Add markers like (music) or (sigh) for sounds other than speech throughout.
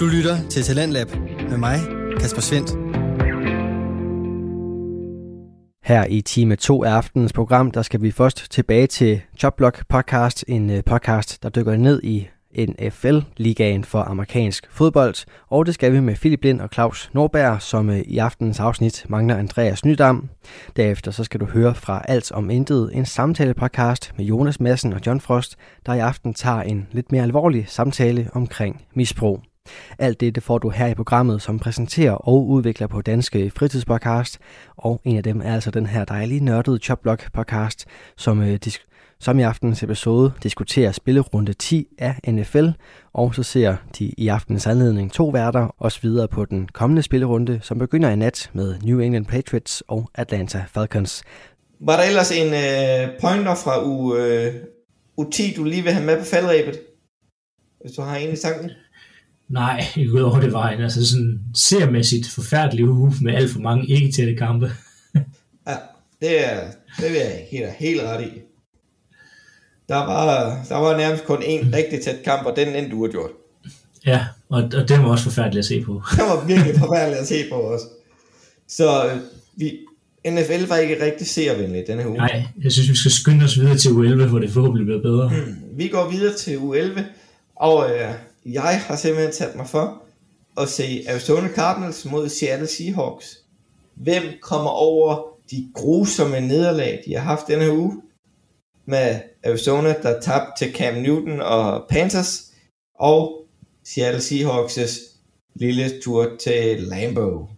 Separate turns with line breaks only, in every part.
Du lytter til Talentlab med mig, Kasper Svendt. Her i time 2 af aftenens program, der skal vi først tilbage til Jobblock Podcast, en øh, podcast, der dykker ned i NFL-ligaen for amerikansk fodbold. Og det skal vi med Philip Lind og Claus Norberg, som øh, i aftenens afsnit mangler Andreas Nydam. Derefter så skal du høre fra Alt om Intet, en samtale-podcast med Jonas Madsen og John Frost, der i aften tager en lidt mere alvorlig samtale omkring misbrug. Alt dette får du her i programmet, som præsenterer og udvikler på Danske Fritidspodcast, og en af dem er altså den her dejlige nørdede Chopblock podcast, som, øh, disk- som i aftenens episode diskuterer spillerunde 10 af NFL, og så ser de i aftenens anledning to værter også videre på den kommende spillerunde, som begynder i nat med New England Patriots og Atlanta Falcons.
Var der ellers en øh, pointer fra u, øh, U10, du lige vil have med på faldrebet? Hvis du har en i tanken.
Nej, (laughs) ikke udover det var en altså sådan seriemæssigt forfærdelig uge med alt for mange ikke tætte kampe.
Ja, det, er, det vil jeg helt, helt ret i. Der var, der var nærmest kun en rigtig tæt kamp, og den endte uafgjort.
Ja, og, og den var også forfærdelig at se på.
Det var virkelig forfærdeligt at se på os. Så øh, vi, NFL var ikke rigtig seervenlig denne her uge.
Nej, jeg synes, vi skal skynde os videre til U11, hvor det forhåbentlig bliver bedre.
Vi går videre til U11, og øh, jeg har simpelthen sat mig for at se Arizona Cardinals mod Seattle Seahawks. Hvem kommer over de grusomme nederlag, de har haft denne her uge? Med Arizona, der tabte til Cam Newton og Panthers, og Seattle Seahawks' lille tur til Lambeau.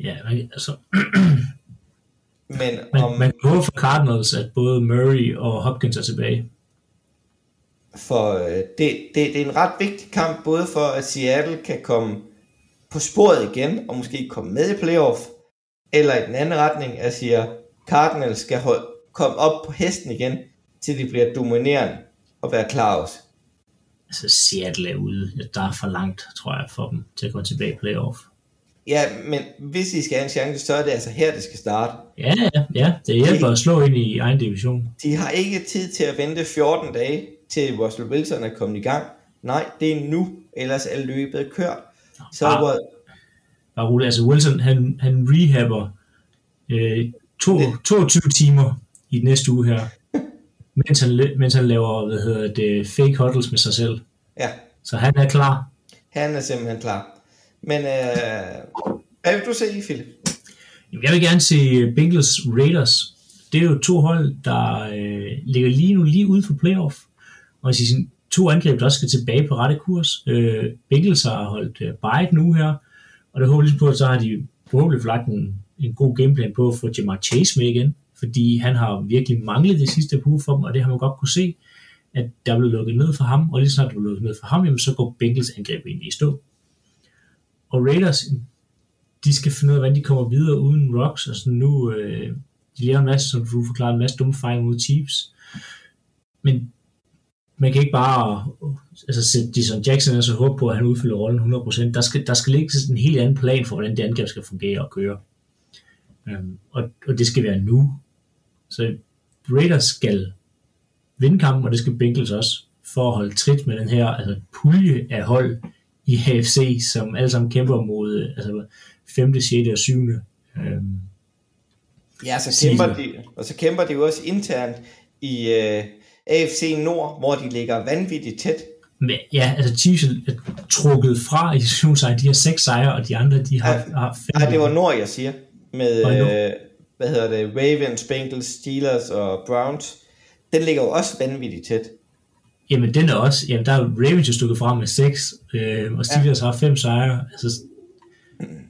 Ja, men, altså,
Men
man,
om
man kan håbe for Cardinals, at både Murray og Hopkins er tilbage.
for øh, det, det, det er en ret vigtig kamp, både for at Seattle kan komme på sporet igen, og måske komme med i playoff, eller i den anden retning, at siger, Cardinals skal hold, komme op på hesten igen, til de bliver dominerende og være klar også.
Altså Seattle er ude. Ja, Der er for langt, tror jeg, for dem til at komme tilbage i playoff.
Ja, men hvis de skal have en chance, så er det altså her, det skal starte.
Ja, ja, ja. Det hjælper at slå ind i egen division.
De har ikke tid til at vente 14 dage, til Russell Wilson er kommet i gang. Nej, det er nu, ellers er løbet kørt. Så
Ah.
hvor,
Bare rolig. Altså Wilson, han, han rehabber øh, to, 22 timer i den næste uge her, mens han, la- mens han laver, hvad hedder det, fake huddles med sig selv.
ja,
Så han er klar.
Han er simpelthen klar. Men øh, hvad vil du se i, Philip?
Jamen, Jeg vil gerne se øh, Bengals Raiders. Det er jo to hold, der øh, ligger lige nu lige ude for playoff. Og i sin to angreb, der også skal tilbage på rette kurs. Øh, Bengals har holdt øh, bye nu her, og det håber jeg lidt på, at så har de forhåbentlig fået lagt en, en god gameplan på at få Jamar Chase med igen, fordi han har virkelig manglet det sidste uge for dem, og det har man godt kunne se, at der blev lukket ned for ham, og lige så snart der blev lukket ned for ham, jamen, så går Bengals angreb egentlig i stå. Og Raiders, de skal finde ud af, hvordan de kommer videre uden Rocks, og sådan nu, øh, de laver en masse, som du forklarede, en masse dumme fejl mod Chiefs, men man kan ikke bare altså, sætte Jason Jackson og så håbe på, at han udfylder rollen 100%. Der skal, der skal ligge sådan en helt anden plan for, hvordan det angreb skal fungere og køre. Øhm, og, og det skal være nu. Så Raiders skal vinde kampen, og det skal Bengals også, for at holde trit med den her altså, pulje af hold i AFC, som alle sammen kæmper mod øh, altså, 5., 6. og 7. Øhm,
Ja, så
Sig
kæmper
det.
de, og så kæmper de jo også internt i øh, AFC Nord, hvor de ligger vanvittigt tæt.
men, ja, altså Chiefs er trukket fra i syv sejre. De har seks sejre, og de andre, de har,
Ja.
har fem.
Nej, det var Nord, jeg siger. Med,
Og Nord.
øh, hvad hedder det, Ravens, Bengals, Steelers og Browns. Den ligger jo også vanvittigt tæt.
Jamen, den er også... Jamen, der er Ravens jo stukket frem med 6, øh, og Steelers ja. har fem sejre. Altså,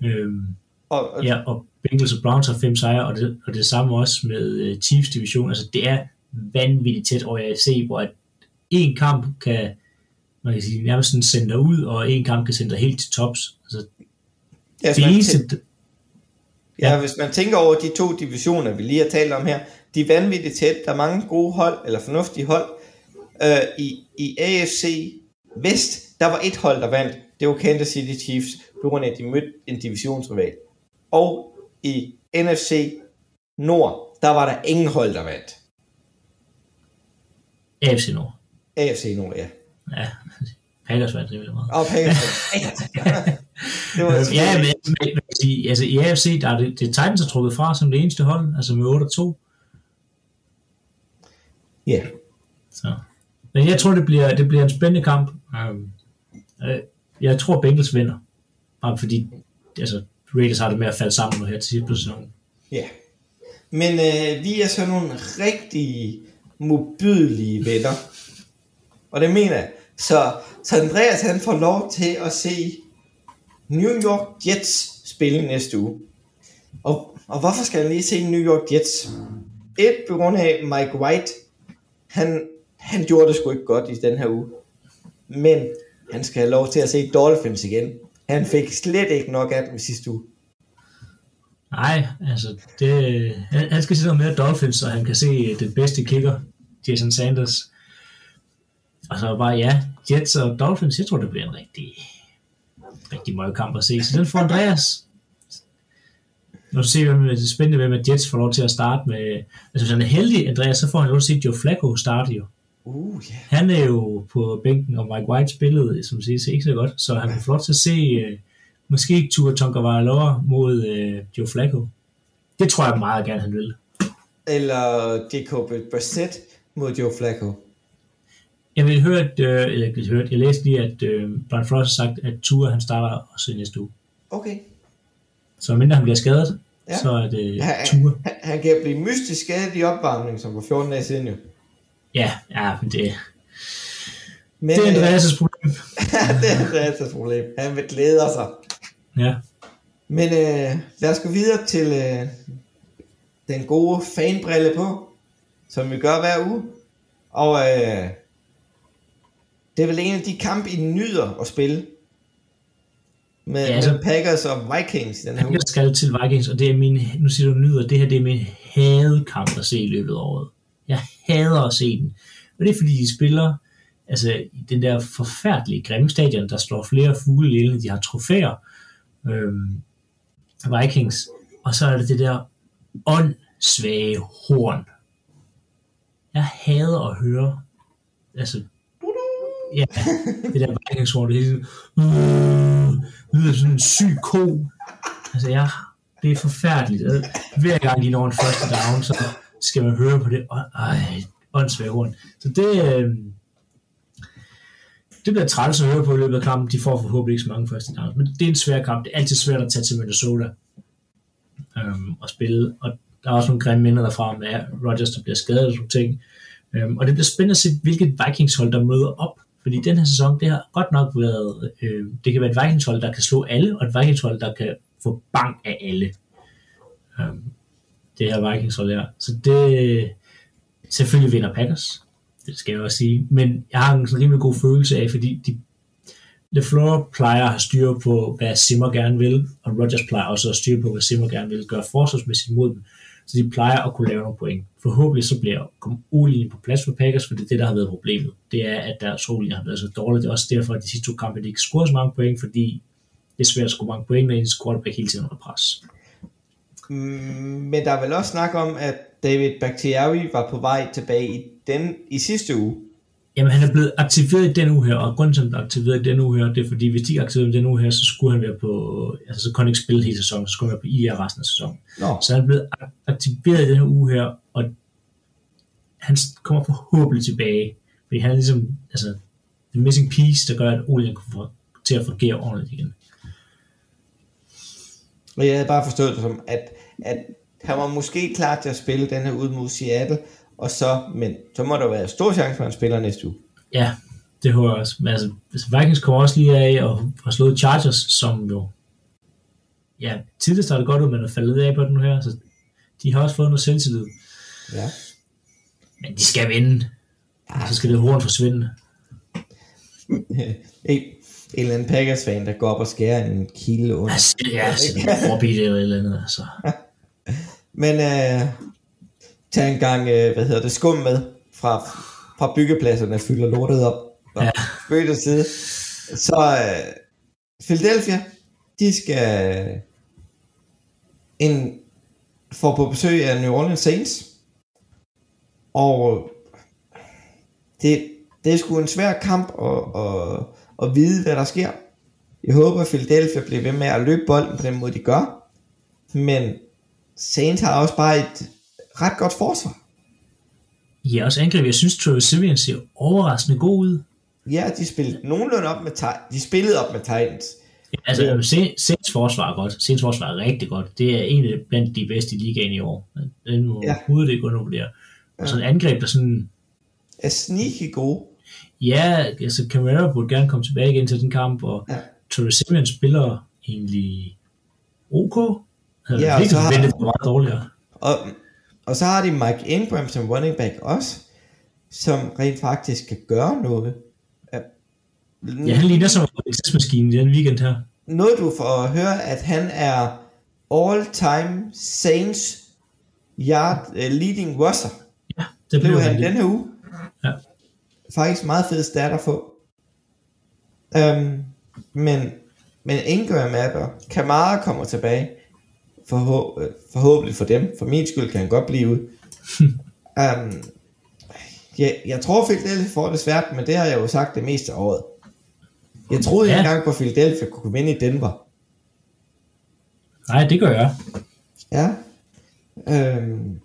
øh,
Og, og
ja, og Bengals og Browns har fem sejre, og det, og det samme også med øh, Chiefs division. Altså, det er vanvittigt tæt over i AFC, hvor at en kamp kan man kan sige, nærmest sådan sende dig ud, og en kamp kan sende dig helt til tops. Altså,
ja,
det
man, tæ-
eneste,
ja, hvis man tænker over de to divisioner, vi lige har talt om her, de er vanvittigt tæt. Der er mange gode hold, eller fornuftige hold. Øh, i, I AFC Vest, der var et hold, der vandt. Det var Kansas City Chiefs, på grund af, at de mødte en divisionsrival. Og i NFC Nord, der var der ingen hold, der vandt.
AFC Nord.
AFC Nord, ja.
Ja, (laughs) Packers vandt rimelig meget.
Og oh, Packers.
(laughs)
det var
Ja, men, men, men man kan sige, altså, i AFC, der er det, det er Titans, der er trukket fra som det eneste hold, altså med 8 og 2.
Ja.
Så. Men jeg tror, det bliver, det bliver en spændende kamp. Um, øh, jeg tror, Bengals vinder. Bare fordi, altså, Raiders har det med at falde sammen nu her til sidst på sæsonen.
Ja. Men øh, vi er så nogle rigtig modbydelige venner. Og det mener jeg. Så, så Andreas han får lov til at se New York Jets spille næste uge. Og, og hvorfor skal han lige se New York Jets? Et, på grund af Mike White. Han, han gjorde det sgu ikke godt i den her uge. Men han skal have lov til at se Dolphins igen. Han fik slet ikke nok af dem sidste uge.
Nej, altså, det, han, han skal se noget mere Dolphins, så han kan se øh, den bedste kicker, Jason Sanders. Og så bare, ja, Jets og Dolphins, jeg tror, det bliver en rigtig, rigtig møg kamp at se. Så den får Andreas. Nu ser vi, hvem- det er spændende, hvem at Jets får lov til at starte med. Altså, hvis han er heldig, Andreas, så får han lov til at se Joe Flacco starte jo.
Uh, ja.
Han er jo på bænken, og Mike White spillede, som siges, ikke så godt, så han kan få lov til at se, øh, måske ikke Tua Tonga mod øh, Joe Flacco. Det tror jeg meget gerne, han vil.
Eller Jacob Brissett mod Joe Flacco.
Jeg vil høre, at, øh, eller ikke hørt, jeg læste lige, at øh, Brian Frost har sagt, at Tua han starter også i næste uge.
Okay.
Så mindre han bliver skadet,
Ja.
ja. så er det
Ja,
ja, Tua.
han, han- han kan blive mystisk skadet i opvarmningen, som var 14 dage siden jo.
Ja, ja men det,
Men
det er
øh,
Andreas' problem.
(laughs) det er Andreas' problem. Han vil glæde sig.
Ja.
Men øh, lad os gå videre til øh, den gode fanbrille på, som vi gør hver uge. Og øh, det er vel en af de kampe, I nyder at spille. Med,
Ja,
ja,
altså-
med Packers og Vikings i den her uge.
Jeg skal til Vikings, og det er min, nu siger du nyder, det her det er min hadekamp at se i løbet af året. Jeg hader at se den. Og det er fordi, de spiller altså, i den der forfærdelige grimme stadion, der slår flere fugle ihjel, end de har trofæer. Øhm, Vikings. Og så er det det der åndssvage horn. Jeg hader at høre. Altså, ja, det der Vikings horn, det er hele tiden, øh, lyder som sådan en syg ko, Altså, ja, det er forfærdeligt. Øh, Hver gang de når en første down, så skal man høre på det. Åh, Ej, åndssvagt horn. Så det, øh, det bliver træls at høre på i løbet af kampen. De får forhåbentlig ikke så mange første downs, men det er en svær kamp. Det er altid svært at tage til Minnesota øhm, og spille. Og der er også nogle grimme minder derfra med Rodgers, der bliver skadet og sådan nogle ting. Øhm, og det bliver spændende at se, hvilket Vikings-hold, der møder op. Fordi den her sæson, det har godt nok været, øh, det kan være et Vikings-hold, der kan slå alle, og et Vikings-hold, der kan få bank af alle. Øhm, det her Vikings-hold her. Så det, selvfølgelig vinder Packers, det skal jeg også sige. Men jeg har en sådan rimelig god følelse af, fordi de, LeFleur plejer at have styr på, hvad Zimmer gerne vil, og Rodgers plejer også at styre på, hvad Zimmer gerne vil gøre forsvarsmæssigt mod dem. Så de plejer at kunne lave nogle point. Forhåbentlig så bliver kommer O-linjen på plads for Packers, for det er det, der har været problemet. Det er, at deres O-linje har været så dårlig. Det er også derfor, at de sidste to kampe de ikke scorer så mange point, fordi det er svært at score mange point, når ens quarterback hele tiden er under pres.
Mm, Men der er vel også snak om, at David Bakhtiari var på vej tilbage i, den, i sidste uge.
Jamen, han er blevet aktiveret i den uge her, og grunden til, at han er aktiveret i den uge her, det er fordi, hvis de ikke aktiverede ham i den uge her, så skulle han være på, altså så kunne han ikke spille hele sæsonen, så skulle han være på IR resten af sæsonen.
Nå.
Så han er blevet ak- aktiveret i den her uge her, og han s- kommer forhåbentlig tilbage, fordi han er ligesom, altså, the missing piece, der gør, at Olien kunne få til at fungere ordentligt igen.
Og jeg havde bare forstået det som, at, at han var måske klar til at spille den her ud mod Seattle, og så, men så må der være stor chance for, at han spiller næste uge.
Ja, det håber jeg også. Men altså, hvis Vikings kommer også lige af og har slået Chargers, som jo ja, tidligere startede godt ud, men er faldet af på den nu her, så de har også fået noget selvtillid.
Ja. (laughs)
Men de skal vinde. Og så skal det horn forsvinde.
en, en eller anden Packers-fan, der går op og skærer en kilde under.
Altså, ja, så det er forbi det eller et eller andet. Altså.
Men øh, tag en gang, øh, hvad hedder det, skum med fra, fra byggepladserne, fylder lortet op. Og
Ja.
spøg til side. Så øh, Philadelphia, de skal øh, en, får på besøg af New Orleans Saints. Og det, det er sgu en svær kamp at, at, og vide, hvad der sker. Jeg håber, at Philadelphia bliver ved med at løbe bolden på den måde, de gør. Men Saints har også bare et ret godt forsvar.
Ja, også angreb. Jeg synes, Travis Simeon ser overraskende god ud.
Ja, de spillede nogenlunde op med Titans. De spillede op med Titans.
Altså, Saints- Saints forsvar er godt. Saints forsvar er rigtig godt. Det er en af blandt de bedste i ligaen i år. Den må
Ja.
ja. overhovedet ikke undervurdere. Og sådan et angreb, der sådan...
Er sneaky gode.
Ja, altså Camara burde gerne komme tilbage igen til den kamp, og
Ja.
ja. Torres Simeon spiller egentlig OK. Jeg
Ja,
ja,
og
ikke
så har-
forventet, at det var meget dårligere.
Og, og så har de Mike Ingram som running back også, som rent faktisk kan gøre noget. Ja.
Ja, han ligner som
Mm.
en tidsmaskine i den weekend her.
Noget du får at høre, at han er all-time Saints yard, uh, leading rusher.
Ja, det
Blev han
det.
den her uge.
Ja.
Faktisk meget fed stat at få. Um, men, men Ingram er der. Kamara kommer tilbage. Forhå- øh, forhåbentlig for dem. For min skyld kan han godt
(laughs)
blive ude. um, jeg, jeg tror Philadelphia får det svært, men det har jeg jo sagt det meste af året. Jeg troede
Ja.
ikke engang på at Philadelphia kunne vinde i Denver.
Nej, det gør jeg.
Ja. Øhm.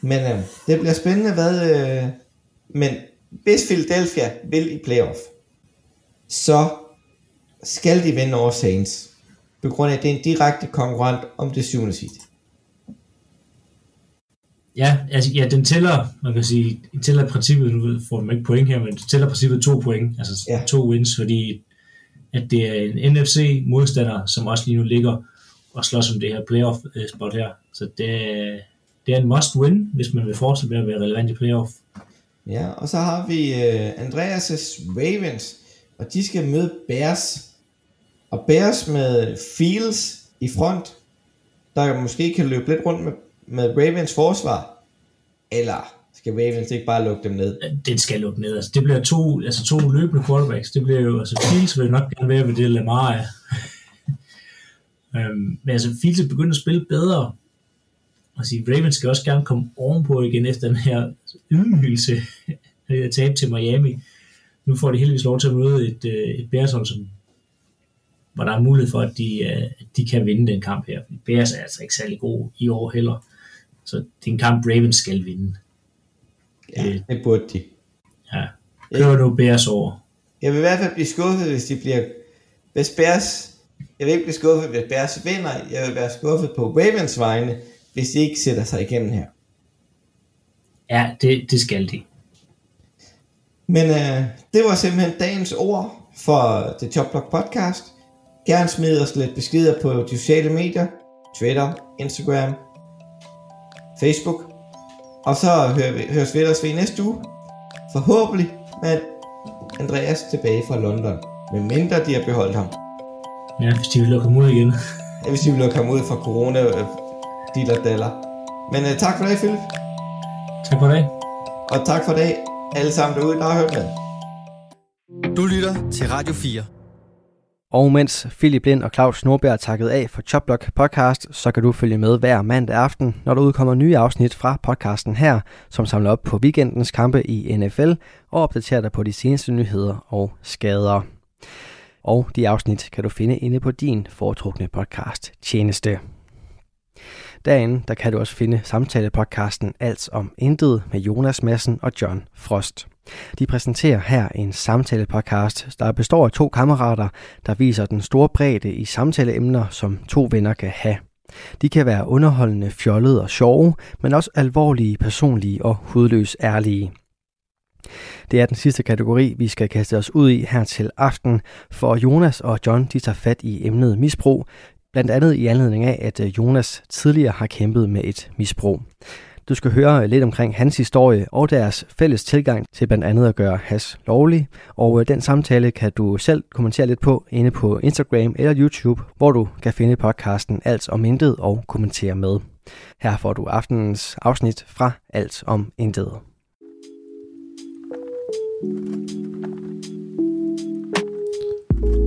Men øh, det bliver spændende, hvad... Øh, men hvis Philadelphia vil i playoff, så skal de vinde over Saints. På grund af, at det er en direkte konkurrent om det syvende seed.
Ja, altså, ja, den tæller, man kan sige, den tæller i princippet, nu får man ikke point her, men den tæller i princippet to point, altså
Ja.
ja. to wins, fordi at det er en NFC-modstander, som også lige nu ligger og slås om det her playoff-spot her. Så det, er- det er en must-win, hvis man vil fortsætte med at være relevant i playoff.
Ja, og så har vi øh, Andreas' Ravens, og de skal møde Bears. Og Bears med Fields i front, der måske kan løbe lidt rundt med, med Ravens forsvar. Eller skal Ravens ikke bare lukke dem ned?
Den skal lukke ned. Altså, det bliver to, altså to løbende quarterbacks. Det bliver jo, altså Fields vil nok gerne være ved det, Lamar er. (laughs) øhm, men altså Fields er begyndt at spille bedre. Og sige, Ravens skal også gerne komme ovenpå igen efter den her ydmygelse (laughs) af at tabe til Miami. Nu får de heldigvis lov til at møde et, øh, et Bears-hold, som, hvor der er mulighed for, at de, øh, at de kan vinde den kamp her. Fordi Bears er altså ikke særlig gode i år heller. Så det er en kamp, Ravens skal vinde.
Ja,
Øh.
det burde de.
Ja. Kører nu Bears over.
Jeg vil i hvert fald blive skuffet, hvis de bliver... Hvis Bears... Jeg vil ikke blive skuffet, hvis Bears vinder. Jeg vil være skuffet på Ravens vegne, hvis de ikke sætter sig igennem her.
Ja, det, det skal de.
Men øh, det var simpelthen dagens ord for The Top Block Podcast. Gerne smid os lidt beskeder på de sociale medier. Twitter, Instagram, Facebook. Og så hører vi, høres vi ellers ved i næste uge. Forhåbentlig med Andreas tilbage fra London. Med mindre de har beholdt ham.
Ja, hvis de vil lukke ham ud igen.
Ja, hvis de ville komme ud fra corona øh, diller daller. Men øh, tak for det, Philip.
tak for i dag.
Og tak for det, alle sammen derude, der har hørt med.
Du lytter til Radio 4. Og mens Philip Lind og Claus Nordberg er takket af for Choplock Podcast, så kan du følge med hver mandag aften, når der udkommer nye afsnit fra podcasten her, som samler op på weekendens kampe i NFL og opdaterer dig på de seneste nyheder og skader. Og de afsnit kan du finde inde på din foretrukne podcast tjeneste. Derinde der kan du også finde samtalepodcasten Alt om Intet med Jonas Madsen og John Frost. De præsenterer her en samtalepodcast, der består af to kammerater, der viser den store bredde i samtaleemner, som to venner kan have. De kan være underholdende, fjollede og sjove, men også alvorlige, personlige og hudløs ærlige. Det er den sidste kategori, vi skal kaste os ud i her til aften, for Jonas og John de tager fat i emnet misbrug, blandt andet i anledning af, at øh, Jonas tidligere har kæmpet med et misbrug. Du skal høre lidt omkring hans historie og deres fælles tilgang til blandt andet at gøre has lovlig. Og øh, den samtale kan du selv kommentere lidt på inde på Instagram eller YouTube, hvor du kan finde podcasten Alt om Intet og kommentere med. Her får du aftenens afsnit fra Alt om Intet.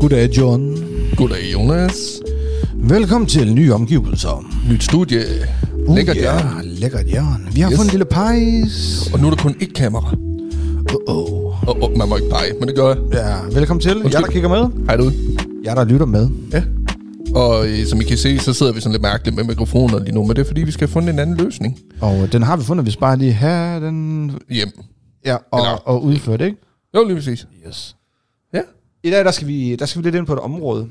Goddag, John.
Goddag, Jonas.
Velkommen til nye omgivelser.
Nyt studie. Lækkert,
Uh,
ja.
ja. Lækkert, ja. Vi har yes.
Yes.
fået en lille pejs.
Og nu er der kun ét kamera.
Uh-oh.
oh, oh, man må ikke pege, men det gør jeg.
Ja, velkommen til. Jeg der kigger med.
Hej derude.
Jeg der lytter med.
Ja. Og øh, som I kan se, så sidder vi sådan lidt mærkeligt med mikrofoner lige nu, men det er fordi, vi skal have fundet en anden løsning
Og øh, den har vi fundet, vi skal bare lige have den
hjem.
ja, og,
Eller-
og udføre det, ikke?
Jo, lige præcis.
Yes.
Ja.
I dag, der skal, vi, der skal vi lidt ind på et område.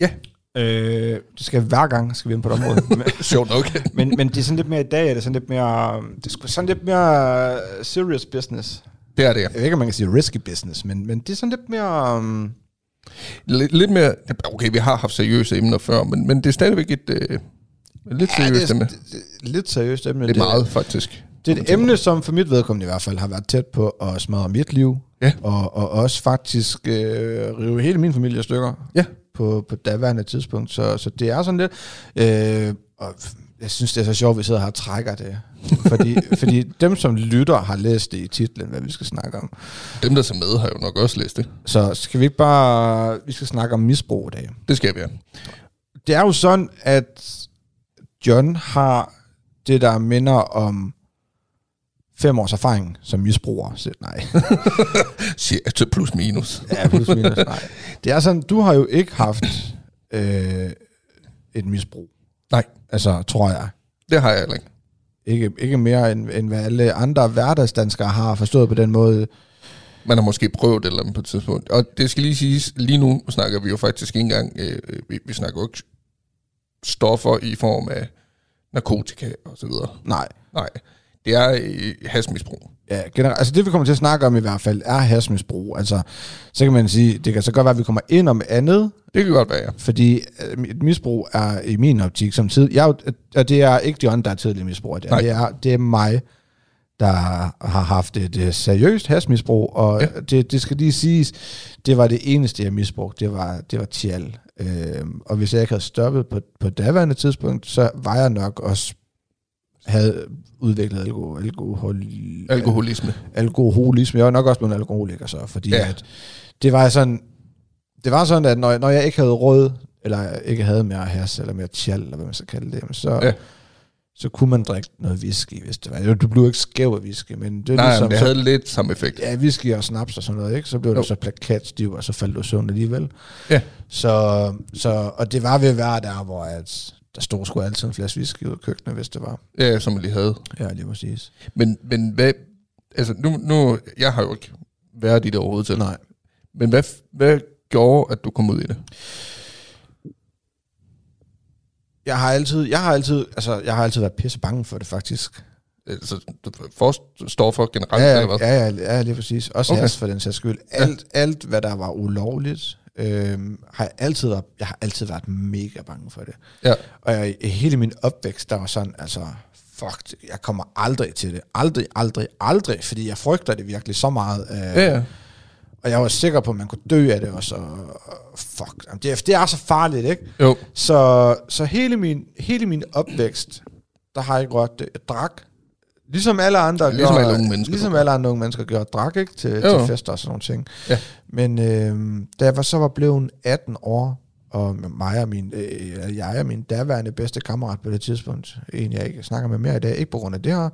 Ja.
Øh, det skal hver gang, skal vi ind på et (laughs) område. Men-
Sjovt nok. (laughs)
men, men det er sådan lidt mere i dag, er det sådan lidt mere, det er sgu sådan lidt mere øh, serious business.
det er det, ja.
Jeg ved ikke, om man kan sige risky business, men, men det er sådan lidt mere... Um,
Lidt, lidt mere... Okay, vi har haft seriøse emner før, men, men det er stadigvæk et... Øh, lidt
ja,
seriøst
det er,
emne.
det er lidt seriøst emne.
Det er meget, faktisk.
Det er et emne, som for mit vedkommende i hvert fald har været tæt på at smadre mit liv,
Ja.
og, og også faktisk øh, rive hele min familie i stykker
Ja.
på, på daværende tidspunkt. Så, så det er sådan lidt... Øh, og f- jeg synes, det er så sjovt, at vi sidder her og trækker det. Fordi, fordi dem, som lytter, har læst det i titlen, hvad vi skal snakke om.
Dem, der ser med, har jo nok også læst det.
Så skal vi ikke bare... Vi skal snakke om misbrug i dag.
Det skal vi, ja.
Det er jo sådan, at John har det, der minder om fem års erfaring som misbruger. Så, nej.
Cirka til plus minus.
Ja, plus minus, nej. Det er sådan, du har jo ikke haft øh, et misbrug.
Nej,
Altså, tror jeg.
det har jeg heller ikke.
Ikke, ikke mere, end, end hvad alle andre hverdagsdanskere har forstået på den måde.
Man har måske prøvet et eller andet på et tidspunkt. Og det skal lige siges, lige nu snakker vi jo faktisk ikke engang, øh, vi, vi snakker jo ikke stoffer i form af narkotika og så videre.
Nej.
Nej, det er øh, hasmisbrug.
Ja, generelt, altså det vi kommer til at snakke om i hvert fald, er hasmisbrug. Altså, så kan man sige, det kan så godt være, at vi kommer ind om andet,
Det kan godt være, ja.
fordi øh, et misbrug er i min optik som tid. Jeg, er jo- og det er ikke John, der er tidlig misbruger. Det er,
Nej.
det er, det er mig, der har haft et øh, seriøst hasmisbrug, og ja. det, det skal lige siges, det var det eneste, jeg misbrugte, det var, det var Tjal. Øhm, og hvis jeg ikke havde stoppet på, på daværende tidspunkt, så var jeg nok også havde udviklet alko, alkohol,
Alkoholisme.
alkoholisme. Jeg var nok også blevet alkoholiker så, fordi ja.
Ja.
at det var sådan, det var sådan, at når, når jeg ikke havde råd, eller ikke havde mere has, eller mere tjal, eller hvad man skal kalde det, jamen så, ja.
Ja.
så kunne man drikke noget whisky, hvis det var. Jo, Du blev ikke skæv af whisky, men det er
Nej,
ligesom,
men det
så-
havde lidt samme effekt.
ja, whisky og snaps og sådan noget, ikke? Så blev du
Jo.
så plakatstiv, og så faldt du i søvn alligevel.
Ja.
Så, så, og det var ved at være der, hvor at, der stod sgu altid en flaske whisky ud i køkkenet, hvis det var.
Ja, som man lige havde.
Ja, lige præcis.
Men, men hvad... Altså, nu, nu... Jeg har jo ikke været i det overhovedet til.
Nej.
Men hvad, hvad gjorde, at du kom ud i det?
Jeg har altid, jeg har altid, altså, jeg har altid været pisse bange for det, faktisk.
Altså, for stoffer generelt,
Ja,
eller
ja,
hvad?
ja, ja, ja lige præcis. Også okay.
Okay.
has for den sags skyld. Alt, ja. alt, hvad der var ulovligt, øhm, har jeg altid været, jeg har altid været mega bange for det.
Ja.
Og jeg, i hele min opvækst, der var sådan, altså, fuck, det, jeg kommer aldrig til det. Aldrig, aldrig, aldrig, fordi jeg frygter det virkelig så meget. Øh,
Ja, ja.
Og jeg var sikker på, at man kunne dø af det også. Og, og fuck, jamen, det, er- det er så farligt, ikke?
Jo.
Så, så hele, min, hele min opvækst, der har jeg ikke rørt det. Jeg drak, ligesom alle andre
Ligesom alle unge mennesker.
ligesom alle andre unge mennesker gjorde, drak ikke til,
Jo.
til fester og sådan nogle ting.
Ja.
Men øh, da jeg var, så var blevet 18 år, og mig og min, øh, eller jeg og min daværende bedste kammerat på det tidspunkt, en jeg ikke snakker med mere i dag, ikke på grund af det her,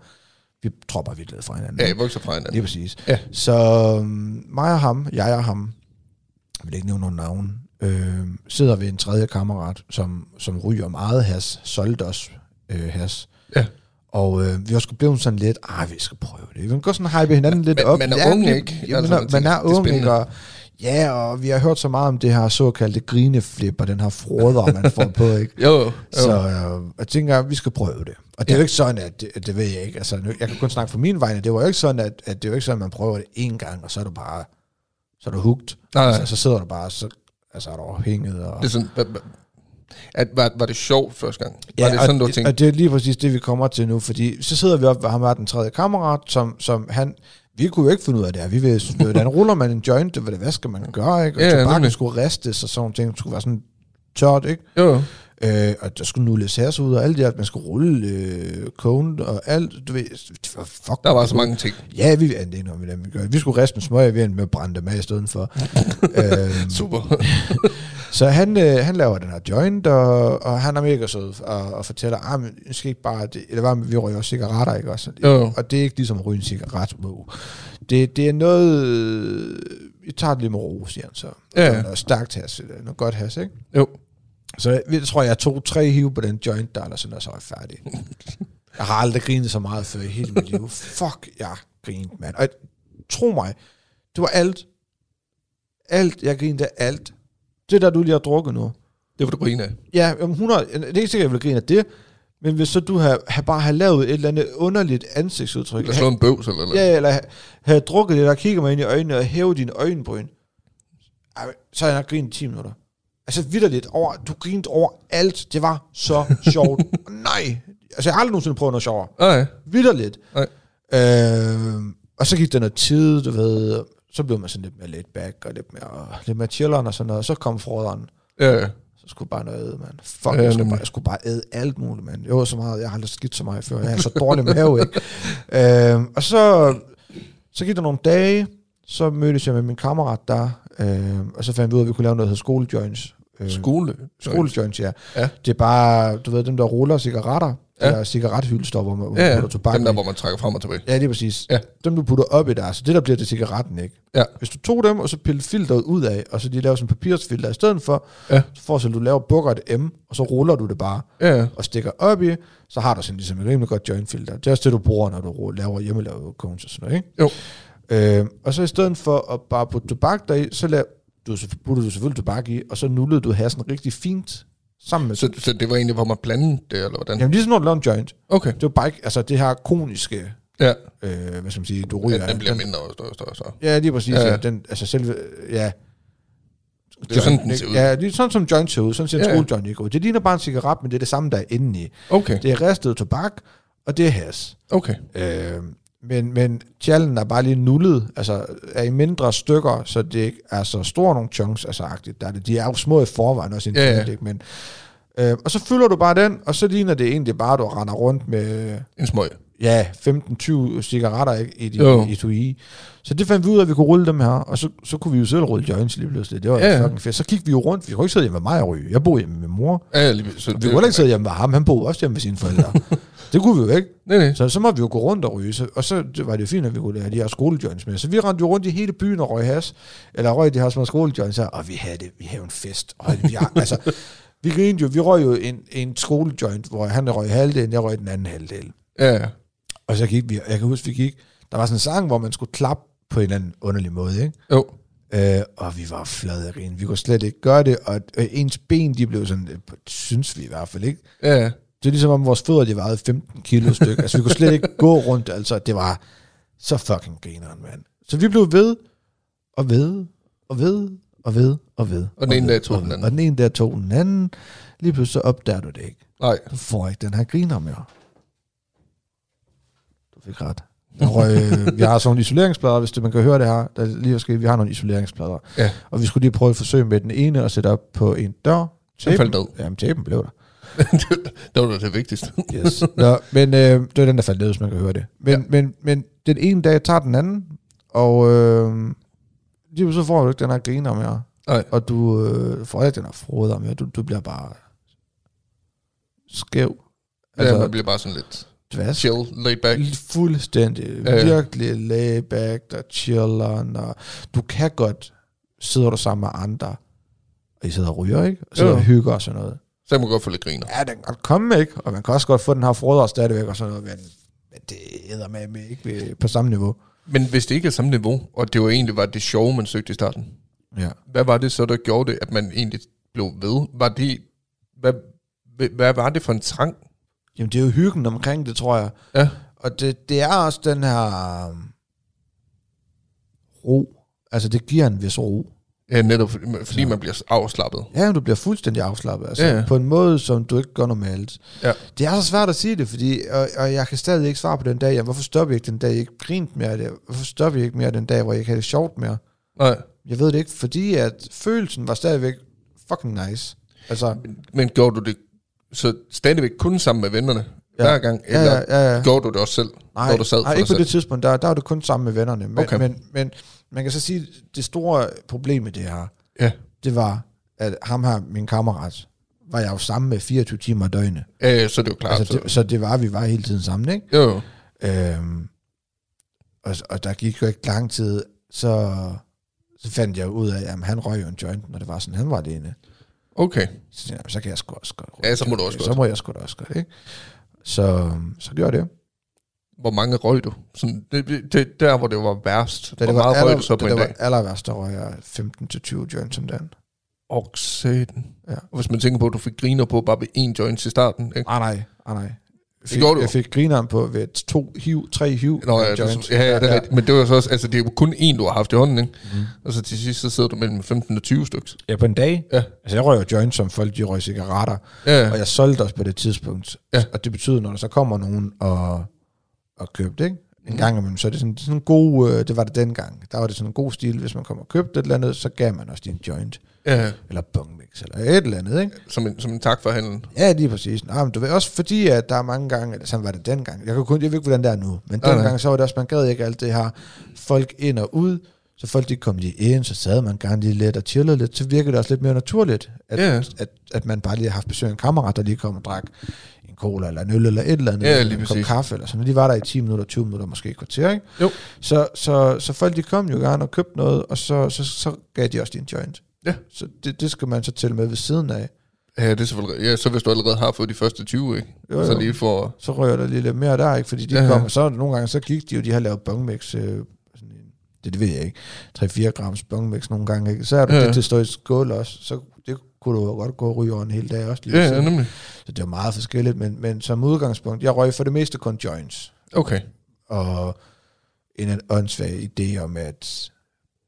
vi tropper vi glade fra hinanden.
Ja, I vokser fra hinanden.
Lige præcis.
Ja.
Så øhm, mig og ham, jeg og ham, jeg vil ikke nævne nogen navn, øh, sidder ved en tredje kammerat, som, som ryger meget has, solgte også øh, has.
Ja.
Og øh, vi var sgu blevet sådan lidt, ah, vi skal prøve det. Vi kan gå sådan hype hinanden lidt
man-
op.
man er
Ja,
ung,
vi-
ikke?
Ja,
Altså,
man,
man
er, man
tænker,
er
det er
ung, ikke?
spændende.
Og, ja, og vi har hørt så meget om det her såkaldte grineflip, og den her froder, man får på, ikke?
Jo, jo.
Så øh, jeg tænker, at vi skal prøve det. Og det er jo ikke sådan, at det, at det ved jeg ikke. Altså, nu, jeg kan kun snakke for min vegne. Det var jo ikke sådan, at, at det er jo ikke sådan, at man prøver det en gang, og så er du bare så er du hooked.
Nej, nej.
Altså, så sidder du bare, så altså, er du afhænget. Og,
Det er sådan, hva- hva- at, var, var det sjovt første gang? var det sådan,
og,
du tænkte?
og det er lige præcis det, vi kommer til nu, fordi så sidder vi op ved ham her, den tredje kammerat, som, som han, vi kunne jo ikke finde ud af det her. Vi ved, hvordan ruller man en joint, hvad, hvad skal man gøre, ikke? Og
Ja, ja,
ja, tobakken
nemlig.
skulle ristes, og sådan nogle ting, det skulle være sådan tørt, ikke?
jo, jo.
Øh, og der skulle nulles hærs ud, og alt det her, at man skulle rulle øh, kogen og alt. Du ved, det var fuck.
Der var så mange ting.
Ja, vi ja, det er noget, vi dem, vi gør. Vi skulle resten smøge, vi endte med at brænde dem af i stedet
(laughs)
for. øhm,
Super.
så han, øh, han laver den her joint, og, og han er mega sød, og, og fortæller, ah, men I skal ikke bare, det, eller hvad, vi røger cigaretter, ikke også?
Jo.
Og det er ikke ligesom at ryge en cigaret, wow. Det, det er noget... Jeg tager det lidt med ro, siger han så.
Ja, ja.
Noget stærkt has, eller noget godt has, ikke?
Jo.
Så jeg, jeg tror, jeg tog tre hive på den joint, der eller sådan, og så var jeg færdig. Jeg har aldrig grinet så meget før i hele mit liv. Fuck, jeg grinede, mand. Og tro mig, det var alt. Alt, jeg grinede af alt. Det der, du lige har drukket nu.
Det var du grine af.
Ja, om 100, det er ikke sikkert, jeg vil grine af det, men hvis så du har, har bare har lavet et eller andet underligt ansigtsudtryk,
Eller slå en bøvs eller noget.
ja, ja, eller ha- have drukket det, der kigger mig ind i øjnene og hæve dine øjenbryn, Ej, så har jeg nok grinet i 10 minutter. Altså vidderligt over, du grinte over alt, det var så sjovt. Nej, altså jeg har aldrig nogensinde prøvet noget sjovere.
Nej,
Vidderligt.
Nej.
Øh, og så gik der noget tid, du ved, så blev man sådan lidt mere laid back og lidt mere, lidt mere chilleren og sådan noget, og så kom froderen.
ja, ja.
Så skulle jeg bare noget æde, mand. Fuck,
Ja,
jeg, skulle
nemlig.
bare, jeg skulle bare æde alt muligt, mand. Jeg var så meget, jeg har aldrig skidt så meget før. Jeg er så dårlig
(laughs)
mave, ikke? Øhm, og så, så gik der nogle dage, så mødtes jeg med min kammerat der, øhm, og så fandt vi ud af, at vi kunne lave noget, der hedder skolejoints. Øh,
Skole.
skolejoints, ja.
Ja.
Det er bare, du ved, dem der ruller cigaretter,
Ja.
ja. eller cigarethylster, hvor man, hvor
Ja,
man
ja.
putter tobak
Den der,
i.
hvor man trækker frem og tilbage.
Ja, lige præcis.
Ja.
Dem, du putter op i der, så det der bliver det cigaretten, ikke?
Ja.
Hvis du tog dem, og så pillede filteret ud af, og så de laver sådan en papirsfilter i stedet for,
Ja.
så får så du laver bukker et M, og så ruller du det bare,
Ja, ja.
og stikker op i, så har du sådan ligesom et rimelig godt jointfilter. Det er også det, du bruger, når du ru- laver hjemmelavet cones og sådan noget, ikke?
Jo.
Øh, og så i stedet for at bare putte tobak deri, så laver, du, så puttede du selvfølgelig tobak i, og så nullede du hassen rigtig fint sammen med...
Så, så det var egentlig, hvor man blandede det, eller hvordan?
Jamen ligesom når du laver en joint.
Okay.
Det var bare ikke, altså det her koniske,
Ja.
øh, hvad skal man sige, du
ja
ryger.
den bliver mindre og større og større. Så.
Ja, lige præcis.
Ja,
Ja.
ja.
Ja. Den, altså selve, ja. Det
er jo sådan, den ser ud.
Ja, det er sådan, som joint ser ud. Sådan ser
Ja,
ja,
ja.
ja. joint ikke ud. Det ligner bare en cigaret, men det er det samme, der er inde i.
Okay,
Det er ristet tobak, og det er has.
okay.
Øh, men, men tjallen er bare lige nullet, altså er i mindre stykker, så det ikke er så store nogle chunks, altså agtigt. Der er det, de er jo små i forvejen også i en
Ja, ja.
joint, ikke? Men, øh, og så fylder du bare den, og så ligner det egentlig bare, at du render rundt med
En smøg.
ja, 15-20 cigaretter ikke, i dit
Jo.
etui. Så det fandt vi ud af, at vi kunne rulle dem her, og så, så kunne vi jo selv rulle joints lige pludselig. Det var
Ja, ja.
ja. fucking fedt. Så gik vi jo rundt. Vi kunne ikke sidde hjemme med mig og ryge. Jeg boede hjemme med min mor.
Ja, ja, lige, så
Vi kunne heller ikke sidde hjemme med ham. Han boede også hjemme med sine
(laughs)
forældre. det kunne vi jo ikke.
Nej, nej.
Så, så måtte vi jo gå rundt og ryge, så, og så det var det jo fint, at vi kunne have de her skolejoints med. Så vi rendte jo rundt i hele byen og røg has, eller røg de her små skolejoints her, og vi havde det, vi havde jo en fest. Og vi, har, altså, vi grinede jo, vi røg jo en, en skolejoint, hvor han røg halvdelen, jeg røg den anden halvdel.
Ja, ja.
Og så gik vi, jeg kan huske, vi gik, der var sådan en sang, hvor man skulle klappe på en eller anden underlig måde, ikke?
Jo.
Øh, og vi var flade af grin. Vi kunne slet ikke gøre det, og øh, ens ben, de blev sådan, øh, synes vi i hvert fald ikke.
Ja, ja.
Det er ligesom om vores fødder, de vejede 15 kilo stykke. altså, vi kunne slet ikke gå rundt, altså. Det var så fucking grineren, mand. Så vi blev ved, og ved, og ved, og ved, og ved.
Og den ene
ved,
dag tog
og
den
ved.
anden.
Og den ene der tog den anden. Lige pludselig så opdager du det ikke.
Nej. (laughs)
Du får ikke den her griner mere. Du fik ret. Der røg, øh, vi har sådan nogle isoleringsplader, hvis det, man kan høre det her. Der er lige skal, vi har nogle isoleringsplader.
Ja.
Og vi skulle lige prøve et forsøg med den ene og sætte op på en dør.
Den faldt ned.
Jamen, tapen blev
(laughs)
der.
det var da det vigtigste.
Yes. Nå, men øh, det var den, der faldt ned, hvis man kan høre det. Men, ja. men, men den ene dag tager den anden, og øh, lige så får du ikke den her griner mere.
Nej.
Og du øh, får ikke den her froder mere. Du, du bliver bare skæv.
Altså, ja, man bliver bare sådan lidt
dvask.
chill, laid back.
Fuldstændig.
Ja, ja.
Ja, ja. Virkelig layback, der chiller, og du kan godt, sidder du sammen med andre, og I sidder og ryger, ikke? Og sidder
Jo.
og hygger og sådan noget.
Så kan man godt få lidt griner.
Ja, den kan godt komme, ikke? Og man kan også godt få den her frøder stadigvæk og sådan noget, men, men det æder med, med ikke ved, på samme niveau.
Men hvis det ikke er samme niveau, og det var egentlig var det sjove, man søgte i starten,
Ja.
hvad var det så, der gjorde det, at man egentlig blev ved? Var det, hvad, hvad var det for en trang?
Jamen, det er jo hyggen omkring det, tror jeg.
Ja.
Og det, det er også den her øhm, ro. Altså, det giver en vis ro.
Ja, netop fordi, fordi man bliver afslappet.
Ja, du bliver fuldstændig afslappet, altså,
Ja, ja.
ja. på en måde, som du ikke gør normalt.
Ja.
Det er så svært at sige det, fordi, og, og jeg kan stadig ikke svare på den dag, jamen, hvorfor stopper jeg ikke den dag, jeg ikke grinte mere af det? Hvorfor stopper jeg ikke mere den dag, hvor jeg ikke havde det sjovt mere?
Nej.
Jeg ved det ikke, fordi at følelsen var stadigvæk fucking nice. Altså,
Men gjorde du det så stadigvæk kun sammen med vennerne ja.
Ja.
hver gang?
ja, ja, ja, ja.
Gjorde du det også selv,
Nej,
når du sad
nej
for
ikke på
dig
det
selv?
tidspunkt, der, der var det kun sammen med vennerne. Men,
Okay.
okay. men, men man kan så sige, det store problem med det her,
Ja.
det var, at ham her, min kammerat, var jeg jo sammen med 24 timer i døgnet.
Ja, ja, Øh, så er det jo klart.
Altså, det, så det var, vi var hele tiden sammen, ikke?
jo, jo.
Øhm, Og, og der gik jo ikke lang tid, så, så fandt jeg ud af, at han røg jo en joint, når det var sådan, han var alene.
Okay.
Så tænkte jeg, så kan jeg sgu også godt.
Ja, så må du også
Så
godt.
må jeg sgu da også godt, ikke? Så, så gjorde jeg det.
Hvor mange røg du? Sådan, det, det, det, der, hvor det var værst.
Da
hvor
det var,
meget røg
aller,
du så på
da
en
det
dag?
var aller værst, der røg jeg 15-20 joints om dagen.
Og satan.
Ja.
Ja. Hvis man tænker på, at du fik griner på bare ved én joint til starten. Ikke?
Ah, nej, ah, nej. Jeg fik,
gjorde du.
jeg fik grineren på ved to hiv, tre hiv.
Nå, ja,
joints.
det, ja, ja, det er rigtigt. Men det var jo så også, altså det er jo kun én, du har haft i hånden, ikke?
Mhm.
Og så til sidst, så sidder du mellem 15 og 20 stykker.
Ja, på en dag.
Ja.
Altså, jeg røg jo joints, som folk de røg cigaretter.
Ja,
Og jeg solgte også på det tidspunkt.
Ja.
Og det betyder, når der så kommer nogen og, og køber det, ikke? en gang imellem, så er det sådan, sådan en god, øh, det var det dengang, der var det sådan en god stil, hvis man kom og købte et eller andet, så gav man også din joint,
ja.
eller bong mix, eller et eller andet, ikke?
Som en, som en tak for handlen.
Ja, lige præcis. Nej, men du ved, også fordi, at der er mange gange, eller sådan var det dengang, jeg, kan kun, jeg ved ikke, hvordan det er nu, men
Nej, nej.
dengang, så var det også, man gad ikke alt det her, folk ind og ud, så folk de kom lige ind, så sad man gerne lige lidt og chillede lidt, så virkede det også lidt mere naturligt, at,
Ja.
at, at man bare lige har haft besøg af en kammerat, der lige kom og drak en cola eller en øl eller et eller andet,
Ja,
eller
lige
en kop
præcis.
kaffe eller sådan, noget. de var der i 10 minutter, 20 minutter, måske et kvarter, ikke?
Jo.
Så, så, så folk de kom jo gerne og købte noget, og så, så, så gav de også din joint.
Ja.
Så det, det skal man så tælle med ved siden af.
Ja, det er selvfølgelig. Ja, så hvis du allerede har fået de første 20, ikke?
Jo,
Så
jo.
lige for...
så rører der lige lidt mere der, ikke? Fordi de
Ja,
ja,
ja.
kom, og så nogle gange, så gik de jo, de har lavet bongmix, øh, sådan en, det, det ved jeg ikke, 3-4 grams bongmix nogle gange, ikke? Så er du
Ja,
ja.
ja.
det til at stå i skål også, så det kunne du jo godt gå og ryge over en hel dag også. Lige
Ja,
ved
ja,
siden.
nemlig.
Så det er jo meget forskelligt, men, men som udgangspunkt, jeg røg for det meste kun joints,
Okay.
og en åndssvag idé om, at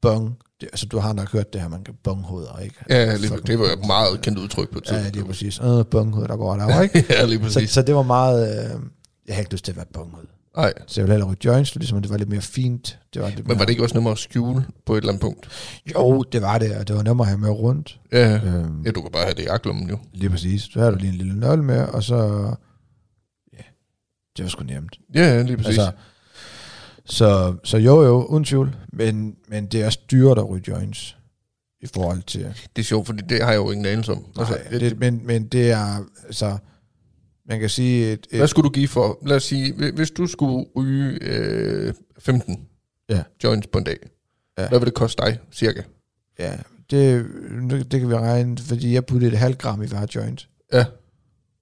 bong, det, altså du har nok hørt det her, man kan bonghoveder, ikke?
Ja, lige,
Fucking
det var et
bong.
meget kendt udtryk på et
Ja,
tidspunkt.
det er præcis. Øh, bonghoveder, der går
(laughs)
der, ikke?
ja, lige
så,
præcis.
så det var meget, øh, jeg har ikke lyst til at være bonghoved.
Nej,
Så jeg ville hellere ryge joints, ligesom at det var lidt mere fint. Det var lidt
men
mere,
var det ikke også nemmere at skjule på et eller andet punkt?
Jo, det var det, og det var nemmere at have med rundt.
Ja, ja.
Øhm,
ja du kan bare have det i jagtlommen jo.
lige præcis. Så havde du lige en lille nøgle med, og så... Ja, det var sgu nemt.
Ja, ja, lige præcis. Altså,
så, så jo, jo, uden tvivl. Men, men det er også dyrt at ryge joints i forhold til...
det er sjovt, fordi det har jeg jo ingen anelse om.
Altså,
Altså,
Nej, det, men, men det er... Altså, man kan sige... Et,
Hvad
et,
skulle du give for, lad os sige, hvi- hvis du skulle ryge øh, 15
Ja.
joints på en dag,
Ja.
ja. hvad vil det koste dig, cirka?
ja, det, det kan vi regne, fordi jeg puttede et halvt gram i hver joint.
Ja,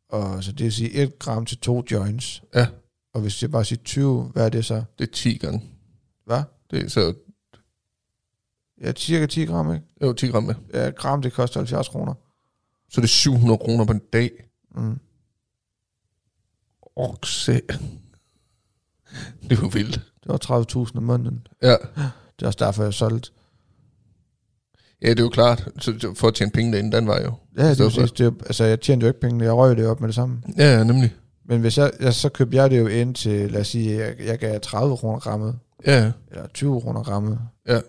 Og så det vil sige 1 gram til to joints.
Ja.
Og hvis jeg bare siger 20, hvad er det så?
det er 10 gange.
Hvad?
Det er, så
Ja, cirka 10 gram, ikke?
jo 10 gram med.
Ja, et gram, det koster 70 kroner.
Så det er 700 kroner på en dag.
Mm.
Åh, se. (laughs) Det er jo vildt.
Det var 30.000 om måneden.
Ja.
Det er også derfor, jeg solgte.
ja, det er jo klart. Så så for at tjene penge derinde, den var jo.
Ja, det er
Stedet for-
præcis. Det er, jo- altså, jeg tjente jo ikke pengene. Jeg røg det op med det samme.
Ja, ja, nemlig.
Men hvis jeg, ja, så købte jeg det jo ind til, lad os sige, jeg, jeg gav 30 kroner grammet,
Ja, ja.
eller 20 kroner grammet.
Ja.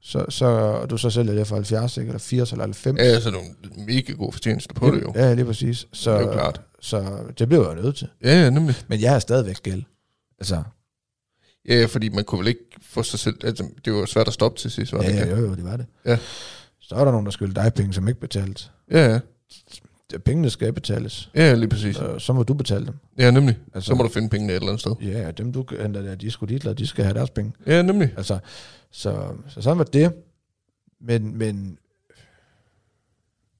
Så, så og du så sælger det for 70, ikke? eller 80, eller 90.
ja, så er det er en mega god fortjeneste på det jo.
Ja, lige præcis. Så,
Det er jo klart.
så det blev jeg jo nødt til.
Ja, ja, nemlig.
Men jeg har stadigvæk gæld. Altså,
Ja, ja, fordi man kunne vel ikke få sig selv... Altså, det var svært at stoppe til sidst, var det
Ja,
ikke?
ja, jo, jo, det var det.
Ja.
Så er der nogen, der skylder dig penge, som ikke betales.
Ja, ja.
Det- Pengene skal betales,
Ja, lige præcis.
og så må du betale dem.
Ja, nemlig.
Altså,
Så må du finde pengene et eller andet sted.
Ja, dem du henter der, de er sgu dit, de skal have deres penge.
Ja, nemlig.
Altså, så, så sådan var det. Men, men,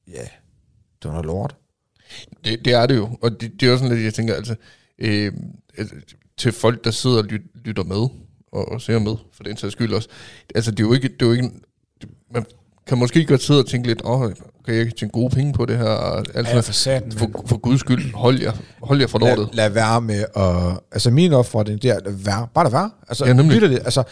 ja, det var noget lort.
Det, det er det jo. Og det, det er også sådan lidt, jeg tænker, altså, øh, altså til folk, der sidder og lyt, lytter med, og, og ser med, for den sags skyld også. Altså, det er jo ikke... Det er jo ikke det- man kan måske godt sidde og tænke lidt, åh, oh, okay, jeg kan tjene gode penge på det her. og alt
Ja,
ja,
for satan. mand.
for, for guds skyld, hold jer, hold jer for lortet.
Lad, lad være med at... Altså, min opfordring, det er, lad være, bare lad være. Altså,
Ja, nemlig.
lytter det, altså,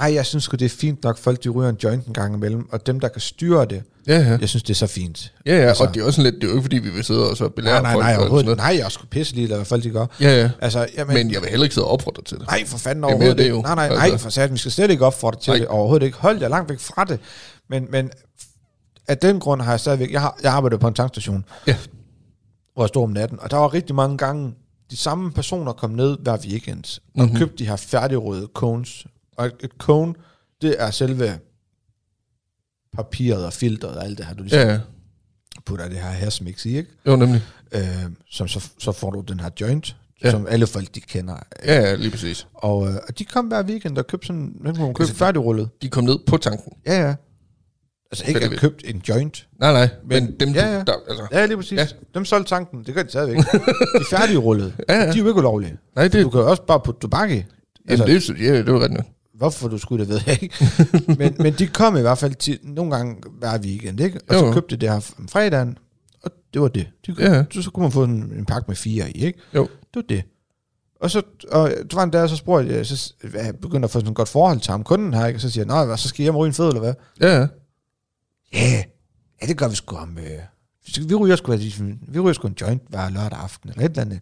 nej, jeg synes sgu, det er fint nok, folk de ryger en joint en gang imellem, og dem, der kan styre det,
Ja, ja.
jeg synes, det er så fint.
Ja, ja,
Altså-
og det er også sådan lidt, det er jo ikke, fordi vi vil sidde og så belære
Nej, nej,
folk.
nej,
og sådan
overhovedet.
noget.
Nej, jeg er sgu pisse lige, hvad folk de gør.
Ja, ja.
Altså, jamen,
Men jeg vil heller ikke sidde og opfordre til det.
nej, for fanden
er mere
overhovedet
det
ikke.
jo.
Nej, nej,
Altså.
nej, for satan, vi skal slet ikke opfordre til
Nej.
det overhovedet ikke. Hold jer langt væk fra det. Men, men af den grund har jeg stadigvæk, jeg, har, jeg arbejdede på en tankstation,
Ja.
hvor jeg stod om natten, og der var rigtig mange gange, de samme personer kom ned hver weekend, og
Mhm.
mm-hmm. købte de her færdigrøde cones. Og et- et cone, det er selve papiret og filteret og alt det her, du ligesom
Ja,
ja.
ja.
putter det her hasmix i, ikke?
Jo, nemlig.
øh, som så, så får du den her joint.
Ja.
ja. som alle folk de kender.
Ja, ja, lige præcis.
Og, øh, og de kom hver weekend og købte sådan, den kunne man købe Altså, færdigrullet.
De kom ned på tanken.
Ja, ja. Altså ikke at
Tilfældigvis.
købt en joint.
Nej, nej, men, men
Men-
dem,
ja, ja.
Der, altså,
Ja, lige præcis.
Ja.
Ja. Dem solgte tanken, det gør de stadigvæk. de færdigrullede, ja, ja. de er jo ikke ulovlige.
nej, det,
Du kan jo også bare putte tobak i.
altså, det, er- ja, det var ret nok.
Hvorfor du skulle, det ved
(laughs)
jeg ikke. men, men de kom i hvert fald til, nogle gange hver weekend, ikke? Og
Jo.
så købte de det her om fredagen, og det var det. De,
Ja, ja.
så, så kunne man få en, en pakke med fire i, ikke?
Jo.
Det var det. Og så, og der var en dag, så spurgte jeg, så s- jeg begyndte at få sådan et godt forhold til ham, kunden her, ikke? Og så siger jeg, nej, hvad, så skal jeg hjem og ryge en fed, eller hvad?
Ja, ja.
Ja, yeah. ja, det gør vi sgu om, øh, vi ryger sgu, altså, vi ryger sgu en joint hver lørdag aften, eller et eller andet.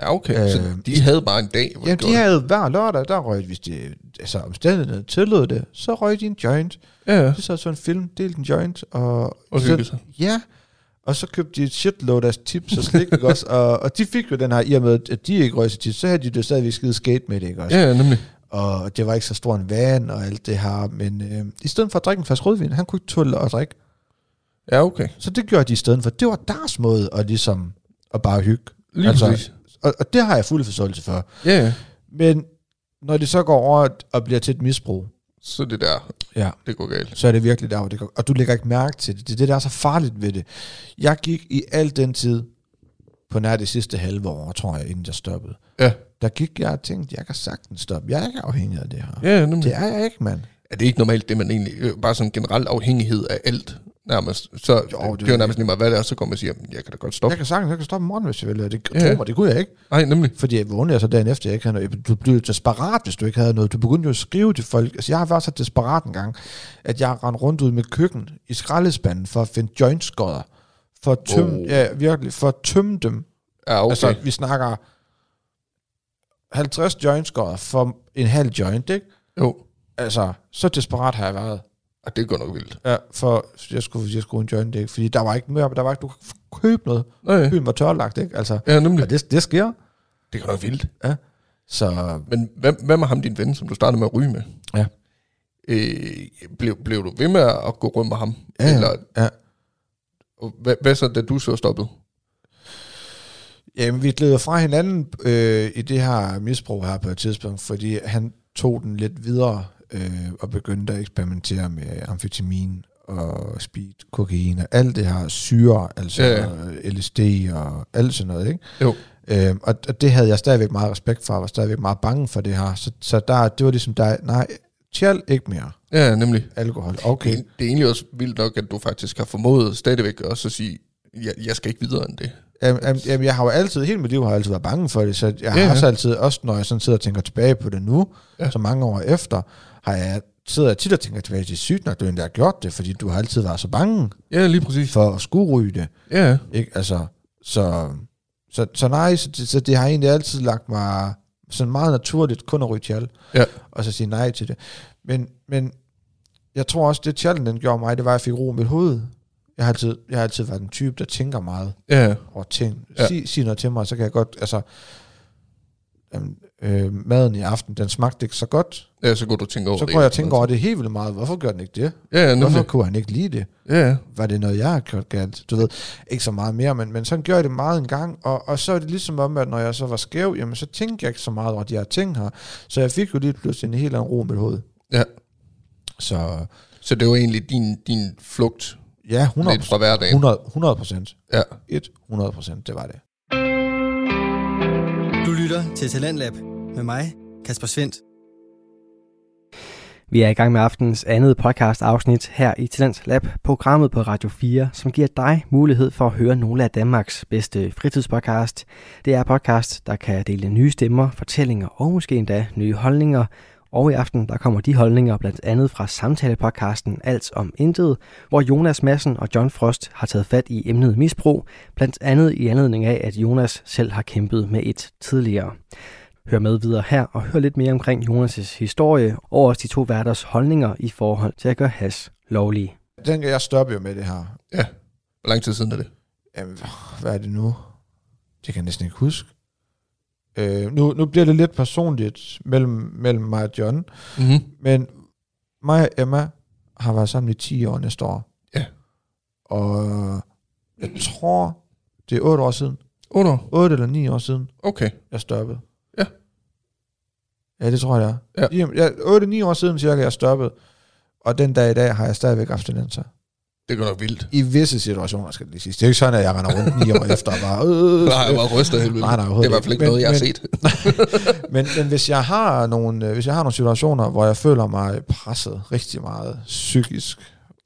Ja, okay. Øh, så
Øh,
de havde bare en dag, hvor
Ja,
de gjorde
de havde hver lørdag, der røg, hvis det, altså omstændighederne tillod det, så røg de en joint.
det. Ja, ja.
Så sad så en film, delte en joint, og...
Og hyggede sig.
Ja, og så købte de et shitload af tips og slik, ikke også? Og, og de fik jo den her, i og med, at de ikke røg så tit, så havde de det stadigvæk skide skate med det, ikke også?
Ja, ja, nemlig.
Og det var ikke så stor en van og alt det her, men øh, i stedet for at drikke en flaske rødvin, han kunne ikke tåle at drikke.
Ja, okay.
Så det gjorde de i stedet for. Det var deres måde at ligesom, at bare hygge.
Lige
Altså-
præcis.
og, og det har jeg fuld forståelse for.
Ja, ja.
Men når det så går over og bliver til et misbrug,
Så det der,
ja.
det går galt.
så er det virkelig der, hvor det går. Og du lægger ikke mærke til det. Det er det, der er så farligt ved det. Jeg gik i al den tid, på nær det sidste halve år, tror jeg, inden jeg stoppede.
Ja,
Der gik jeg og tænkte, jeg kan sagtens stoppe. Jeg er ikke afhængig af det her.
ja, nemlig.
Det er jeg ikke, mand.
er det ikke normalt, det man egentlig, øh, bare sådan generel afhængighed af alt, nærmest. Så jo, det,
det
det er
er
jo nærmest lige meget, hvad det er, så kommer man og siger, "Jamen, jeg kan da godt stoppe.
Jeg kan sagtens, jeg kan stoppe i morgen, hvis jeg vil. Og Det,
Ja.
ja. mig, det kunne jeg ikke.
Nej, nemlig.
Fordi jeg vågnede jeg så dagen efter, jeg ikke havde noget. Du blev jo desperat, hvis du ikke havde noget. Du begyndte jo at skrive til folk. Altså, jeg har været så desperat en gang, at jeg rendte rundt ud med køkken i skraldespanden for at finde jointskodder. For at tømme,
Wow.
oh. ja, virkelig, for at tømme dem.
Ja, okay.
Okay. Altså, vi snakker 50 jointskodder for en halv joint, ikke?
jo.
Altså, så desperat har jeg været.
Og det går nok vildt.
Ja, for jeg skulle, jeg skulle en joint, ikke? Fordi der var ikke mere, der var ikke, du kunne f- købe noget.
Nej.
Byen var tørlagt, ikke? Altså,
Ja, nemlig.
og det, det sker.
Det går nok vildt.
Så
Men hvem, hvem er ham din ven, som du startede med at ryge med?
Ja.
Øh, blev, blev du ved med at gå rundt med ham?
Ja, ja.
Eller,
Ja.
Og Hvad, hvad så, da du så stoppede?
Jamen, vi gled fra hinanden øh, i det her misbrug her på et tidspunkt, fordi han tog den lidt videre øh, og begyndte at eksperimentere med amfetamin og speed, kokain og alt det her syre, altså
Ja, ja.
ja. LSD og alt sådan noget, ikke?
Jo.
Øh, og, og det havde jeg stadigvæk meget respekt for, og var stadigvæk meget bange for det her. Så, så der, det var ligesom der, nej, tjæl ikke mere
Ja, nemlig.
alkohol.
Det,
Okay.
er- det er egentlig også vildt nok, at du faktisk har formået stadigvæk også at sige, jeg, jeg skal ikke videre end det.
Jamen, jamen, jamen, jeg har jo altid, hele mit liv har jeg altid været bange for det, så jeg
Ja,
ja,
ja.
har også altid, også når jeg sådan sidder og tænker tilbage på det nu,
Ja.
ja. så mange år efter, har jeg sidder jeg tit og tænker tilbage til sygt nok, du endda har gjort det, fordi du har altid været så bange
Ja, lige præcis.
for at skulle ryge det.
Ja,
Ikke? Altså, så, så, så nej, så, det- så det har egentlig altid lagt mig sådan meget naturligt kun at ryge tjal,
Ja.
og så sige nej til det. Men, men jeg tror også, det tjallen den gjorde mig, det var, at jeg fik ro i mit hoved. Jeg har altid, jeg har altid været den type, der tænker meget
ja,
over ting.
Ja.
Ja. Sig, sig noget til mig, så kan jeg godt, altså, jamen, øh, maden i aften, den smagte ikke så godt.
ja så går du og tænker over
Så
det.
går jeg og tænker over det helt vildt meget. Hvorfor gør den ikke det?
Ja, nemlig.
Hvorfor kunne han ikke lide det?
Ja, ja.
Var det noget, jeg har gjort galt? Du ved, ikke så meget mere, men, men sådan gjorde jeg det meget en gang, og, og så er det ligesom om, at når jeg så var skæv, jamen så tænkte jeg ikke så meget over de her ting her. Så jeg fik jo lige pludselig en helt anden ro i mit hoved.
ja.
Så
Så det var egentlig din, din flugt
ja, 100
lidt fra hverdagen.
100, 100 procent.
Ja.
100 procent, det var det.
Du lytter til Talentlab med mig, Kasper Svendt. Vi er i gang med aftenens andet podcast afsnit her i Talent Lab, programmet på Radio 4, som giver dig mulighed for at høre nogle af Danmarks bedste fritidspodcast. Det er podcast, der kan dele nye stemmer, fortællinger og måske endda nye holdninger. Og i aften der kommer de holdninger blandt andet fra samtalepodcasten Alt om Intet, hvor Jonas Madsen og John Frost har taget fat i emnet misbrug, blandt andet i anledning af, at Jonas selv har kæmpet med et tidligere. Hør med videre her og hør lidt mere omkring Jonas' historie og også de to værters holdninger i forhold til at gøre has lovlig.
Dengang jeg stoppede jo med det her,
ja. Hvor lang tid siden er det?
Jamen, hvad er det nu? Det kan jeg næsten ikke huske. Øh, nu, nu bliver det lidt personligt mellem, mellem mig og John,
Mm-hmm.
men mig og Emma har været sammen i 10 år næste år.
Ja.
Og jeg tror, det er 8 år siden,
8 år?
8 eller 9 år siden,
Okay.
jeg stoppede.
Ja.
Ja, det tror jeg, det
Ja.
er. Jamen, Ja. 8-9 år siden cirka, jeg stoppede. Og den dag i dag har jeg stadigvæk abstinenser.
Det går nok vildt.
I visse situationer, skal det lige sige. Det er jo ikke sådan, at jeg render rundt 9 år efter og bare... Øh,
Nej, jeg bare ryster helt vildt.
Nej, nej,
det
overhovedet
er i hvert fald ikke
ikke.
noget, jeg har
Men-
set.
men, men hvis, jeg har nogle, øh, hvis jeg har nogle situationer, hvor jeg føler mig presset rigtig meget psykisk,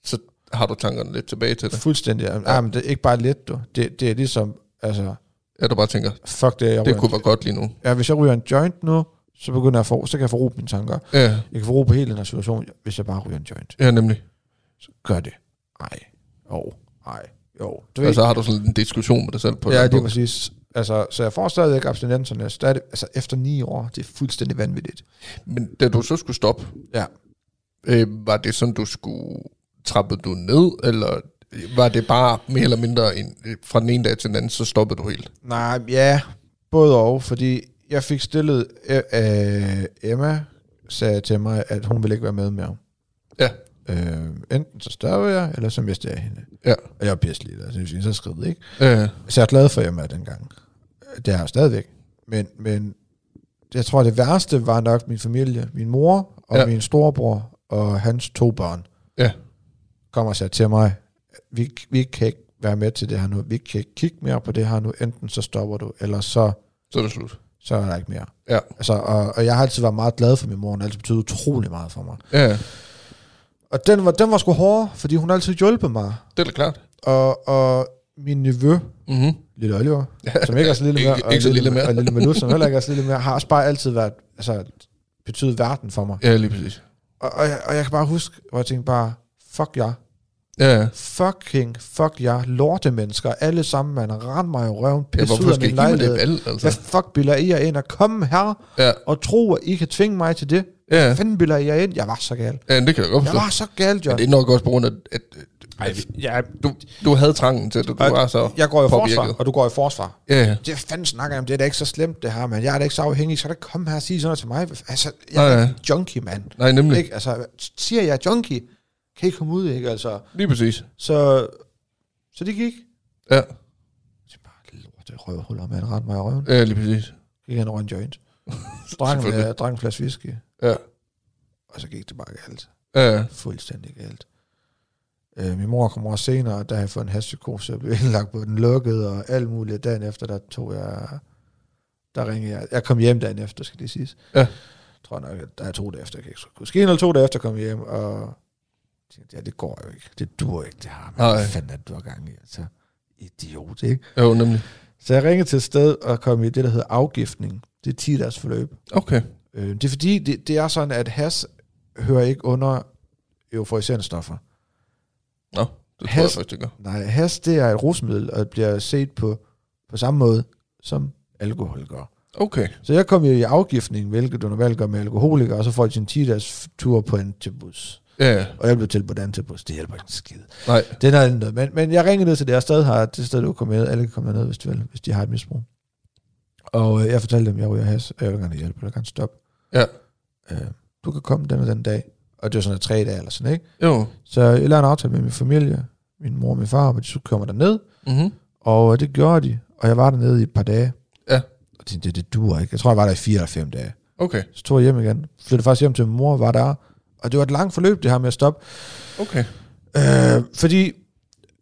Så har du tankerne lidt tilbage til det.
fuldstændig, ja. men det er ikke bare lidt, du. Det, det er ligesom, altså,
Ja, du bare tænker,
fuck det, jeg
det
ryger
kunne
en,
være godt lige nu.
ja, hvis jeg ryger en joint nu, så begynder jeg at få, så kan jeg få ro på mine tanker.
Ja,
Jeg kan få ro på hele den her situation, hvis jeg bare ryger en joint.
ja nemlig.
Gør det. Nej. Jo. Nej. Jo. Du
Og så har du sådan en diskussion med dig selv Altså, på
ja,
det.
det er præcis. Altså, så jeg får stadigvæk abstinenserne. Stadig, altså, efter ni år, det er fuldstændig vanvittigt.
Men da du så skulle stoppe,
Ja.
øh, var det sådan, du skulle trappe du ned, eller var det bare mere eller mindre en, øh, fra den ene dag til den anden, så stoppede du helt?
Nej, ja, både og, fordi jeg fik stillet, øh, Emma sagde til mig, at hun ville ikke være med mere.
Ja.
Øh, enten så stoppede jeg, eller så mistede jeg hende.
Ja.
Og jeg var pisselig, altså, jeg synes, jeg skridte, ikke?
Øh,
Så jeg er glad for Emma dengang. Øh, Det er jeg stadigvæk. Men, men jeg tror, det værste var nok min familie. Min mor og
Ja.
ja. min storebror og hans to børn
ja.
kom og sagde til mig, vi, vi kan ikke være med til det her nu. Vi kan ikke kigge mere på det her nu. Enten så stopper du, eller så,
Så er det slut.
så er der ikke mere.
Ja.
Altså, og, og jeg har altid været meget glad for min mor. Hun har altid betydet utrolig meget for mig.
Ja,
Og den var, den var sgu hårdere, fordi hun har altid hjulpet mig.
det er da klart.
Og, og min nevø,
Mm-hmm.
Lille Oliver, som ikke er så lille
Ikke-
mere, og
ikke så lille mere.
og Lille Maluf, som heller ikke er så lille mere, har også bare altid været, altså, betydet verden for mig.
Ja, lige præcis.
Og, og, jeg, og jeg kan bare huske, hvor jeg tænkte bare, fuck jer,
Ja, ja.
fucking fuck jer, lorte mennesker, alle sammen, man, rend mig i røven,
Ja,
pisse
hvorfor
ud af
skal I
min
give mig det
lejlighed.
valg? Altså?
Hvad fuck bilder I jer ind og komme her
Ja,
og tro, at I kan tvinge mig til det?
ja.
Hvad fanden bilder I jer ind? Jeg var så gal.
ja, det kan jeg godt
Jeg
forstå.
var så gal,
Men
John.
det er nok også på grund af, at, at, at
Ja,
du, du havde trangen til, at du var så
jeg går i forsvar,
påvirket.
og du går i forsvar.
Ja, ja.
det fanden snakker jeg om, det er da ikke så slemt det her, men jeg er da ikke så afhængig, så der komme her og sige sådan noget til mig. Altså, jeg
Nej, Mm.
er
ja.
ikke junkie, mand.
Nej, nemlig.
Ikke? Altså, siger jeg er junkie, kan I komme ud, ikke? Altså,
Lige præcis.
så, så det gik.
Ja,
Så bare, lorte røvhuller, mand, rent mig i røven.
ja lige præcis.
Gik han over en
(laughs)
joint. Drang,
Selvfølgelig.
med, drang en flaske whisky,
Ja,
og så gik det bare galt.
ja, ja.
Fuldstændig galt. Øh, min mor kom over senere, og der havde jeg fået en hashpsykose, og blev (laughs) indlagt på den lukkede, og alt muligt. Dagen efter, der tog jeg... Der ringede jeg. Jeg kom hjem dagen efter, skal det siges.
Ja.
Tror jeg nok, at der er to dage efter. Jeg kan ikke huske. Måske en eller to dage efter kom jeg hjem, og tænkte, ja, det går jo ikke. Det dur ikke, det her. Men
Nej.
hvad fanden er det, du har gang i? Altså, idiot, ikke?
Jo, nemlig.
Så jeg ringede til et sted og kom i det, der hedder afgiftning. Det er 10 dages forløb.
Okay.
Øh, det er fordi, det, det er sådan, at has hører ikke under euforiserende stoffer.
Nå, det tror jeg
Has-
faktisk, det gør.
Nej, has det er et rusmiddel, og det bliver set på, på samme måde, som alkohol gør.
Okay.
Så jeg kom jo i afgiftning, hvilket du normalt gør med alkoholikere, og så får jeg sin 10 dages tur på en tilbus.
Ja, ja.
Og jeg blev tilbudt en tilbus, det hjælper ikke en skid.
Nej.
Det er noget andet noget. Men, men jeg ringede ned til det her sted her, det sted, du kan komme med. Alle kan komme ned, hvis de, vil, hvis de har et misbrug. Og øh, jeg fortalte dem, jeg ryger has, og jeg vil gerne hjælpe, jeg vil gerne stoppe.
Ja.
Øh, du kan komme den og den dag. Og det var sådan noget tre dage eller sådan, ikke?
Jo.
Så jeg lavede en aftale med min familie, min mor og min far, om at de skulle komme derned.
Mhm.
Og øh, det gjorde de, og jeg var dernede i et par dage.
Ja.
Og tænkte, det, det duer ikke. Jeg tror, jeg var der i fire eller fem dage.
Okay.
Så tog jeg hjem igen. Flyttede faktisk hjem til min mor, var der. Og det var et langt forløb, det her med at stoppe.
Okay.
Øh, fordi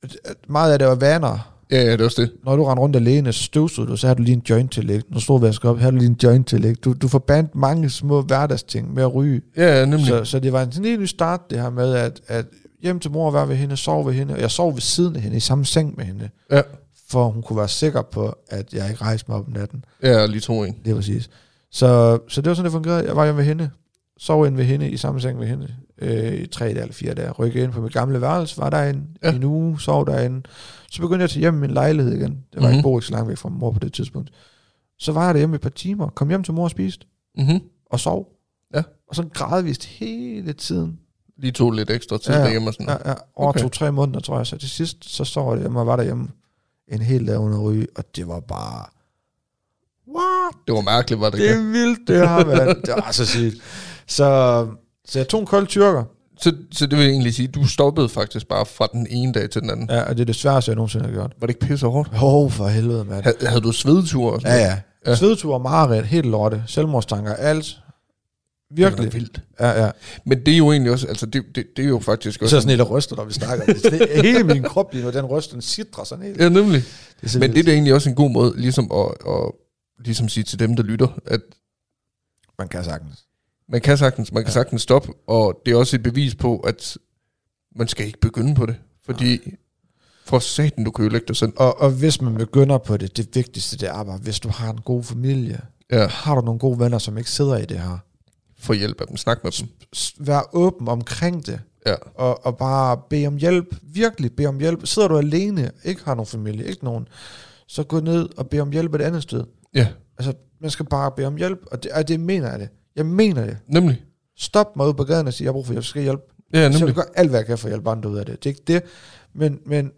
øh, meget af det var vaner.
Ja, ja, det er også det.
Når du rendte rundt alene, støvsede du, så havde du lige en joint til at lægge. Nu stod vasker op, havde du lige en joint til at lægge. Du, du forbandt mange små hverdagsting med at ryge.
Ja, ja, nemlig.
Så, så det var en sådan helt ny start, det her med, at, at hjem til mor, være ved hende, sove ved hende, og jeg sov ved siden af hende, i samme seng med hende,
Ja.
for hun kunne være sikker på, at jeg ikke rejste mig op om natten.
Ja, lige to en.
Det er præcis. Så, så det var sådan, det fungerede. Jeg var hjemme ved hende, sov ind ved hende, i samme seng ved hende, øh, i tre dage eller fire dage. Rykkede ind på mit gamle værelse, var derinde
Ja.
ja. en uge, sov derinde. Så begyndte jeg at tage hjem i min lejlighed igen. Det var
Mhm.
mm-hmm. ikke bo ikke så langt væk fra mor på det tidspunkt. Så var jeg derhjemme i et par timer, kom hjem til mor og spiste,
Mhm.
og sov.
Ja.
Og sådan gradvist hele tiden.
Lige to lidt ekstra tid
Ja,
ja,
ja.
derhjemme og sådan. Ja.
Ja, ja. Over
Okay.
okay. to-tre måneder, tror jeg. Så til sidst, så sov jeg hjemme og var derhjemme en hel dag under ryge, og det var bare... What?
Det var mærkeligt, var det,
Det
ikke?
er vildt, det har været. Det var så sygt. Så, så jeg tog en kold tyrker,
Så, så det vil jeg egentlig sige, du stoppede faktisk bare fra den ene dag til den anden. Ja.
Ja, og det er det sværeste, jeg nogensinde har gjort.
Var det ikke pisse hårdt?
Åh, oh, for helvede, mand.
Hav, havde du svedetur og sådan
Ja,
noget?
ja. ja. Svedtur, mareridt, helt lorte, selvmordstanker, alt.
Det var
Virkelig.
vildt.
Ja, ja.
Men det er jo egentlig også, altså det, det, det er jo faktisk
Jeg
også...
sidder sådan helt og ryster, når vi snakker om det. det. er- Hele min krop lige nu, den ryster, den sidder sådan helt.
Ja, nemlig.
Det er
Men det er da egentlig også en god måde, ligesom at, at ligesom sige til dem, der lytter, at
Man kan sagtens.
man kan sagtens, man kan sagtens stoppe, og det er også et bevis på, at man skal ikke begynde på det. Fordi for satan, du kan ødelægge dig selv.
Og, og hvis man begynder på det, det vigtigste det er bare, hvis du har en god familie,
Ja,
har du nogle gode venner, som ikke sidder i det her,
få hjælp af dem, snak med dem.
s- vær åben omkring det,
Ja.
og, og bare bede om hjælp, virkelig bede om hjælp. Sidder du alene, ikke har nogen familie, ikke nogen, så gå ned og bed om hjælp et andet sted.
Ja,
Altså, man skal bare bede om hjælp, og det, og det mener jeg det. Jeg mener det.
nemlig.
Stop mig ud på gaden og sige, jeg har brug for hjælp, så skal jeg hjælpe.
Ja,
så jeg vil
nemlig.
gøre alt, hvad jeg kan for at hjælpe andre ud af det. Det er ikke det, men, men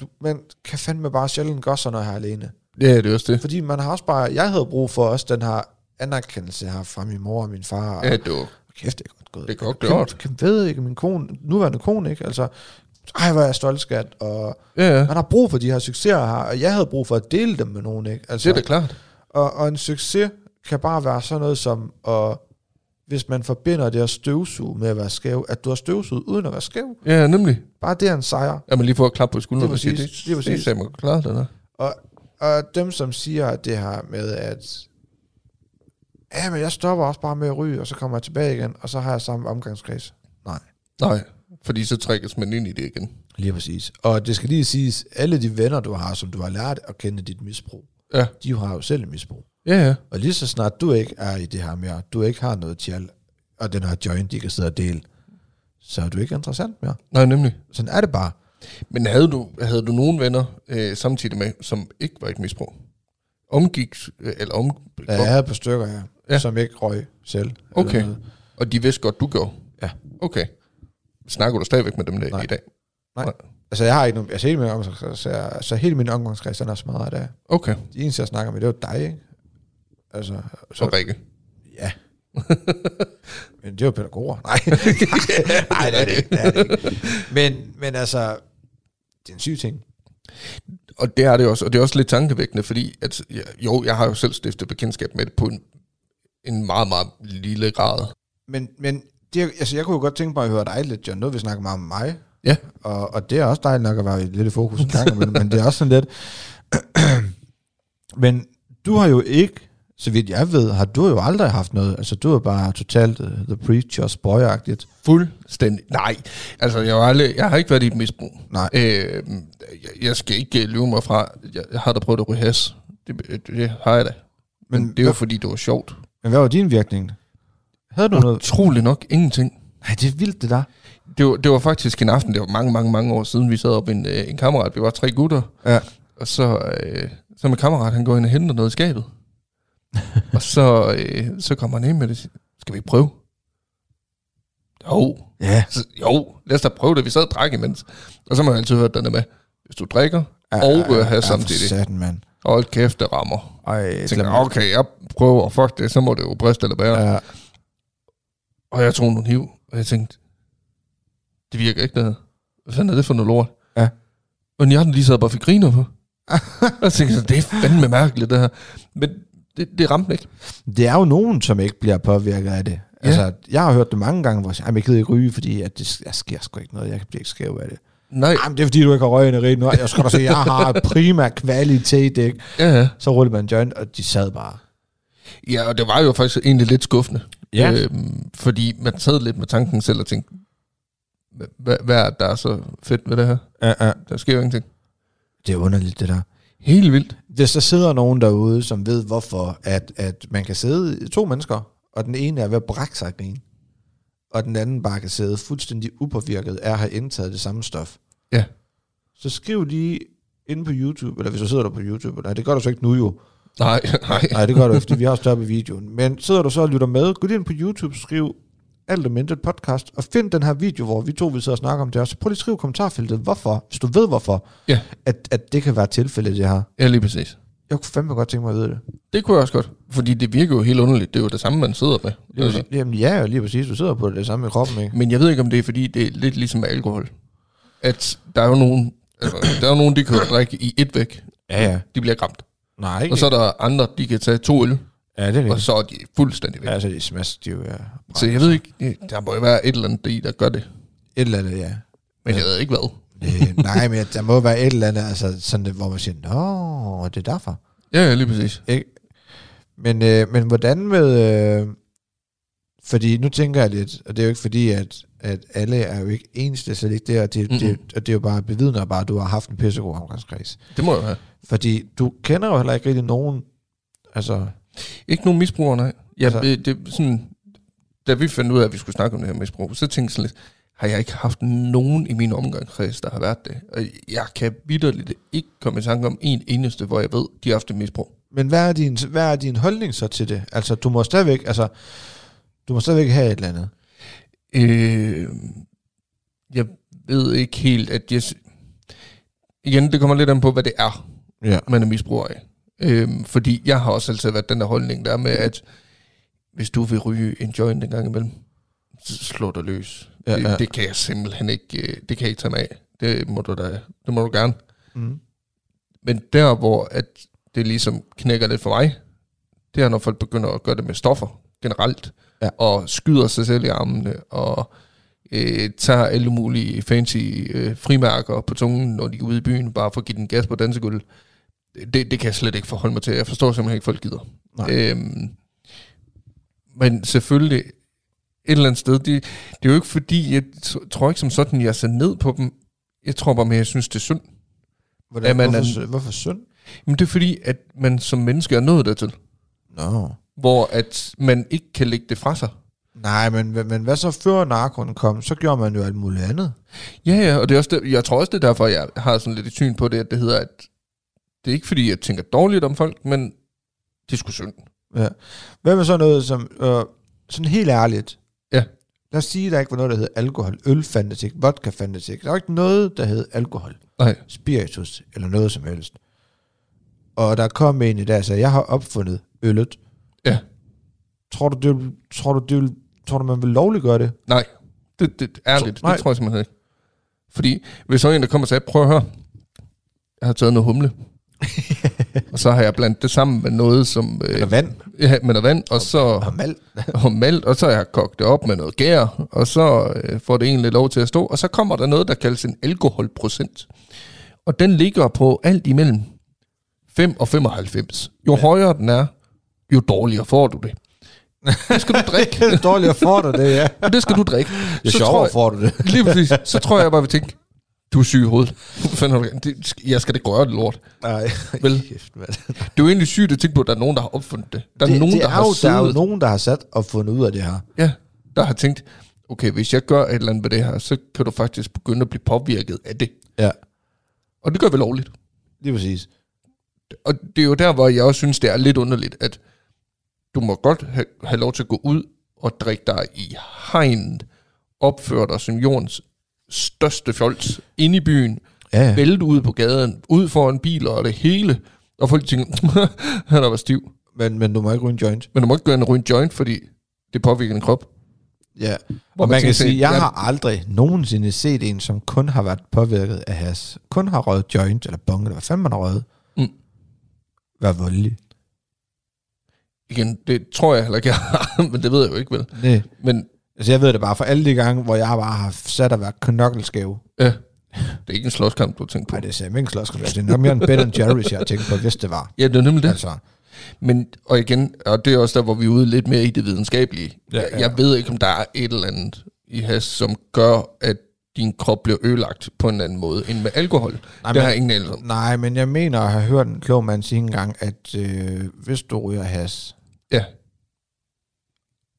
du, man kan fandme bare sjældent gøre sådan noget her alene.
Ja, det er også det.
Fordi man har også bare, jeg havde brug for også den her anerkendelse her fra min mor og min far. Og,
Ja, det var
kæft, det er godt gået.
Det er godt
Kæm-
gjort.
Kæmpe ved ikke, min kone, nuværende kone, ikke? Altså, ej, hvor er jeg stolt, skat. Og
Ja, ja.
man har brug for de her succeser her, og jeg havde brug for at dele dem med nogen, ikke? Altså,
Det er da klart.
og, og en succes kan bare være sådan noget som, at, hvis man forbinder det at støvsuge med at være skæv, at du har støvsuget uden at være skæv.
Ja, nemlig.
Bare det er en sejr.
Ja, man lige får et klap på skulderen
Det er
og siger, det,
præcis.
det,
Det er
det, det,
præcis.
det, man klare det der.
Og, og dem, som siger det her med, at ja, men jeg stopper også bare med at ryge, og så kommer jeg tilbage igen, og så har jeg samme omgangskreds. Nej.
Nej, fordi så trækkes man ind i det igen.
Lige præcis. Og det skal lige siges, alle de venner, du har, som du har lært at kende dit misbrug,
Ja,
de har jo selv et misbrug.
ja, ja.
Og lige så snart du ikke er i det her mere, du ikke har noget tjal, og den her joint, de kan sidde og dele, så er du ikke interessant mere.
Nej, nemlig.
Sådan er det bare.
Men havde du, havde du nogen venner øh, samtidig med, som ikke var et misbrug? Omgik, øh, eller om,
Da jeg havde et par stykker her,
Ja.
ja. som ikke røg selv.
Okay.
Eller noget.
Og de vidste godt, du gjorde?
Ja.
Okay. Snakker du stadigvæk med dem der
Nej.
i dag?
Altså, jeg har ikke nogen... Altså, hele min omgangskreds, så, jeg, så hele min omgangskreds, den er smadret af.
Okay.
De eneste, jeg snakker med, det var dig, ikke? Altså,
Så
så,
Rikke.
ja. men det var pædagoger.
(laughs)
Nej, nej, det er det ikke. Det er det ikke. Men, men altså, det er en syg ting.
Og det er det også, og det er også lidt tankevækkende, fordi at, ja, jo, jeg har jo selv stiftet bekendtskab med det på en, en meget, meget lille grad.
Men, men det, altså, jeg kunne jo godt tænke mig at høre dig lidt, John. Nu har vi snakket meget om mig,
Ja.
og, og det er også dejligt nok at være lidt i fokus en gang, men, men det er også sådan lidt... (clears throat) men du har jo ikke, så vidt jeg ved, har du jo aldrig haft noget. Altså, du er bare totalt uh, the preacher's boy-agtigt.
Fuldstændig. Nej, altså jeg har, aldrig, jeg har ikke været i et misbrug.
Nej.
Øh, jeg, jeg skal ikke øh, løbe mig fra, jeg, jeg har da prøvet at ryge has. Det, det, det har jeg da. Men,
Men
Men det er jo
hvad-
fordi, det var sjovt.
Men hvad var din virkning? Havde du noget?
Utrolig nok ingenting.
Nej, det er vildt, det der.
Det var, det var faktisk en aften, det var mange, mange, mange år siden, vi sad op i en, øh, en kammerat, vi var tre gutter,
Ja.
og så, øh, så min kammerat, han går ind og henter noget i
(laughs)
skabet. og så, øh, så kommer han ind med det og siger, skal vi ikke prøve? Jo,
Ja.
så, jo, lad os da prøve det, vi sad og drak imens. Og så har man altid hørt den der med, hvis du drikker og rører has samtidig,
Satan, mand.
og hold kæft, det rammer.
Ej,
Jeg tænker, okay, jeg prøver, fuck det, så må det jo briste eller bære.
Ja,
Og jeg tog nogle hiv, og jeg tænkte, det virker ikke, det her. Hvad fanden er det for noget lort?
Ja.
Og den hjerten lige sad og bare fik griner på. (laughs) og jeg tænkte, sådan, det er fandme mærkeligt, det her. Men det, det ramte ikke.
det er jo nogen, som ikke bliver påvirket af det.
Ja.
Ja. Altså, jeg har hørt det mange gange, hvor jeg siger, "Ej, men jeg gider ikke ryge, fordi at det, der sker sgu ikke noget, jeg bliver ikke skæv af det.
Nej,
Jamen, det er fordi, du ikke har røgende rent nu. Jeg skal da se, jeg har prima kvalitet, ikke?
ja, ja.
Så rullede man en joint, og de sad bare.
ja, og det var jo faktisk egentlig lidt skuffende.
Ja.
Øhm, fordi man sad lidt med tanken selv og tænkte, "Hva- hva- hvad er det, der er så fedt ved det her?
Ja, ja.
Der sker jo ingenting.
Det er underligt, det der.
Helt vildt.
Hvis der sidder nogen derude, som ved, hvorfor at, at man kan sidde to mennesker, og den ene er ved at brække sig af grin, og den anden bare kan sidde fuldstændig upåvirket af at have indtaget det samme stof,
Ja.
så skriv lige inde på YouTube, eller hvis du sidder der på YouTube, nej, det gør du så ikke nu jo,
Nej, (laughs) nej.
Nej, det gør du ikke, fordi vi har stoppet videoen. Men sidder du så og lytter med, gå lige ind på YouTube, skriv alt om intet podcast, og find den her video, hvor vi to vil sidde og snakke om det, og så prøv lige at skrive i kommentarfeltet, hvorfor, hvis du ved hvorfor,
Ja.
at, at det kan være tilfældet, det her.
Ja, lige præcis.
Jeg kunne fandme godt tænke mig at vide det.
Det kunne jeg også godt, fordi det virker jo helt underligt. Det er jo det samme, man sidder med.
Lige
Altså,
altså. Jamen ja, lige præcis. Du sidder på det samme med kroppen, ikke?
Men jeg ved ikke, om det er, fordi det er lidt ligesom med alkohol. At der er jo nogen, altså, der er jo nogen, de kan jo drikke i et væk.
Ja, ja.
De bliver ramt.
Nej, ikke?
Og så er der andre, de kan tage to øl,
ja, det er
og
rigtigt.
så er de fuldstændig væk.
Ja, altså, det er smash, de er jo ja.
Så jeg ved ikke, det- der må jo være et eller andet i, der gør det.
Et eller andet, ja.
Men jeg ved ikke hvad.
Øh, nej, men der må være et eller andet, altså, sådan, det, hvor man siger, nå, det er derfor.
Ja, ja, lige præcis.
Ikke? Men, øh, men hvordan med... Øh, fordi nu tænker jeg lidt, og det er jo ikke fordi, at, at alle er jo ikke ens, det er slet ikke det, og det, mm-hmm. det, og det er jo bare bevidner bare, at du har haft en pissegod omgangskreds.
Det må jo have.
Fordi du kender jo heller ikke rigtig nogen, altså...
Ikke nogen misbrugere, nej. Ja,
Altså-
altså. det, det, er sådan, da vi fandt ud af, at vi skulle snakke om det her misbrug, så tænkte jeg sådan lidt, har jeg ikke haft nogen i min omgangskreds, der har været det? Og jeg kan vidderligt ikke komme i tanke om en eneste, hvor jeg ved, de har haft et misbrug.
Men hvad er, din, hvad er din holdning så til det? Altså, du må stadigvæk, altså, du må stadigvæk have et eller andet.
Øh, jeg ved ikke helt, at jeg... s- Igen, det kommer lidt an på, hvad det er,
Ja.
man er misbruger af. Øhm, fordi jeg har også altid været den der holdning, der er med, at hvis du vil ryge en joint en gang imellem, så slå dig løs.
Ja,
Ja, det,
ja.
ja. det kan jeg simpelthen ikke, øh, det kan jeg ikke tage mig af. Det må du, da, det må du gerne.
Mm.
Men der, hvor at det ligesom knækker lidt for mig, det er, når folk begynder at gøre det med stoffer generelt,
Ja.
og skyder sig selv i armene, og øh, tager alle mulige fancy øh, frimærker på tungen, når de er ude i byen, bare for at give den gas på dansegulvet. Det, det kan jeg slet ikke forholde mig til. Jeg forstår simpelthen ikke, folk gider.
Nej.
Øhm, men selvfølgelig, et eller andet sted, det, det er jo ikke fordi, jeg t- tror ikke som sådan, jeg er sat ned på dem. Jeg tror bare mere, jeg synes, det er synd.
Hvordan,
Ja, men-
hvorfor, sy- hvorfor synd?
Men det er fordi, at man som menneske er nået dertil,
Nå.
hvor at man ikke kan lægge det fra sig.
Nej, men, men hvad så før narkoen kom, så gjorde man jo alt muligt andet.
Ja, ja, og det er også det, jeg tror også, det er derfor, jeg har sådan lidt et syn på det, at det hedder, at det er ikke fordi, jeg tænker dårligt om folk, men det er sgu synd.
Ja. Hvad med sådan noget som, øh, sådan helt ærligt,
Ja.
lad os sige, at der ikke var noget, der hed alkohol. Øl fandtes ikke, vodka fandtes ikke. Der var ikke noget, der hed alkohol,
Nej.
spiritus eller noget som helst. Og der kom en i dag og sagde, jeg har opfundet øllet.
Ja.
Tror du, det vil, tror du, det vil, tror du man vil lovliggøre det?
Nej, det, det ærligt,
Tro- nej.
det tror jeg simpelthen ikke. Fordi hvis så er en, der kommer og siger, prøv at høre, jeg har taget noget
(laughs)
humle, og så har jeg blandet det sammen med noget, som... Øh,
Eller vand?
ja, med noget vand, og så...
Og malt? (laughs)
(laughs) og malt, og så har jeg kogt det op med noget gær, og så øh, får det egentlig lov til at stå, og så kommer der noget, der kaldes en alkoholprocent. Og den ligger på alt imellem 5 og 95. Jo ja. højere den er, jo dårligere får du det. Det skal du drikke,
Det er dårligt at få dig det, ja.
og det skal du drikke.
Det er
Så
sjovere,
tror
får du
(laughs)
det.
jeg, lige præcis, så tror jeg bare, vi tænker, du er syg i hovedet. Hvad fanden har du gang- det- Jeg skal det gøre det lort.
Nej,
Vel.
Kæft, mand.
Det er jo egentlig sygt at tænke på, at der er nogen, der har opfundet det. Der er
det,
nogen,
det
der
er
har
jo, der er jo
siddet-
nogen, der har sat og fundet ud af det her.
Ja, der har tænkt, okay, hvis jeg gør et eller andet ved det her, så kan du faktisk begynde at blive påvirket af det.
Ja,
Og det gør vi lovligt.
lige præcis.
Og det er jo der, hvor jeg også synes, det er lidt underligt, at du må godt have, have lov til at gå ud og drikke dig i hegnet, opføre dig som jordens største fjols, inde i byen,
Ja, ja.
vælte ud på gaden, ud foran biler og det hele, og folk tænker, (laughs) han har været stiv,
Men, men du må ikke ryge en joint.
men du må ikke gøre en ryge en joint, fordi det påvirker din krop.
Ja.
Hvor
Og
man
man
tænker,
kan sige, jeg
ja.
har aldrig nogensinde set en, som kun har været påvirket af has. Kun har røget joint, eller bong, eller hvad fanden man har røget.
Mm.
Vær voldelig.
Igen, det tror jeg heller ikke, (laughs) jeg har, men det ved jeg jo ikke, vel?
Nej.
Men
Altså, jeg ved det bare for alle de gange, hvor jeg har bare har sat at være knokkelskæv.
Ja. Det er ikke en slåskamp, du tænker på.
Nej, det er Sam Engels Det er nok mere en Ben Jerry's, jeg har tænkt på, hvis det var.
Ja, det er nemlig det. Altså.
Altså,
Men, og igen, og det er også der, hvor vi er ude lidt mere i det videnskabelige.
Ja,
Ja,
ja.
ja. Jeg ved ikke, om der er et eller andet i has, som gør, at din krop bliver ødelagt på en anden måde end med alkohol. Nej,
men-
det har jeg ingen anelse om.
nej, men jeg mener at have hørt en klog mand sige engang, at øh, hvis du ryger has,
Ja.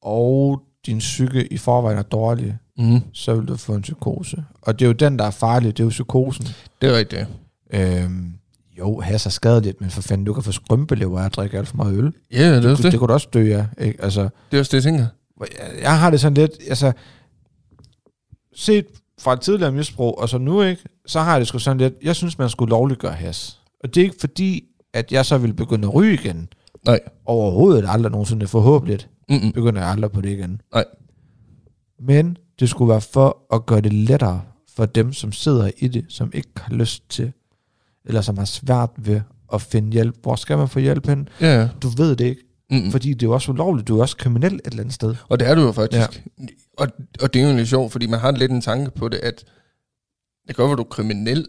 og din psyke i forvejen er dårlig,
Mm,
så vil du få en psykose. Og det er jo den, der er farlig, det er jo psykosen.
det er rigtigt. ja.
Øhm, jo, has er skadeligt, men for fanden, du kan få skrumpelever af at drikke alt for meget øl.
Ja, det er også
Det, det
det.
kunne du også dø af. Ikke? Altså,
Det er også det, jeg tænker.
hvor jeg- jeg har det sådan lidt, altså, set fra et tidligere misbrug, og så nu ikke, så har jeg det sgu sådan lidt, jeg synes, man skulle lovliggøre has. Og det er ikke fordi, at jeg så ville begynde at ryge igen.
Nej.
Overhovedet aldrig nogensinde. Forhåbentlig
Mm-mm.
begynder jeg aldrig på det igen.
Nej.
Men det skulle være for at gøre det lettere for dem, som sidder i det, som ikke har lyst til, eller som har svært ved at finde hjælp. Hvor skal man få hjælp hen?
Ja, ja.
Du ved det ikke,
Mm-mm.
fordi det er jo også ulovligt. Du er også kriminel et eller andet sted.
Og det er du jo faktisk. Ja. Og, og det er jo egentlig sjovt, fordi man har lidt en tanke på det, at det kan godt være, du er kriminel,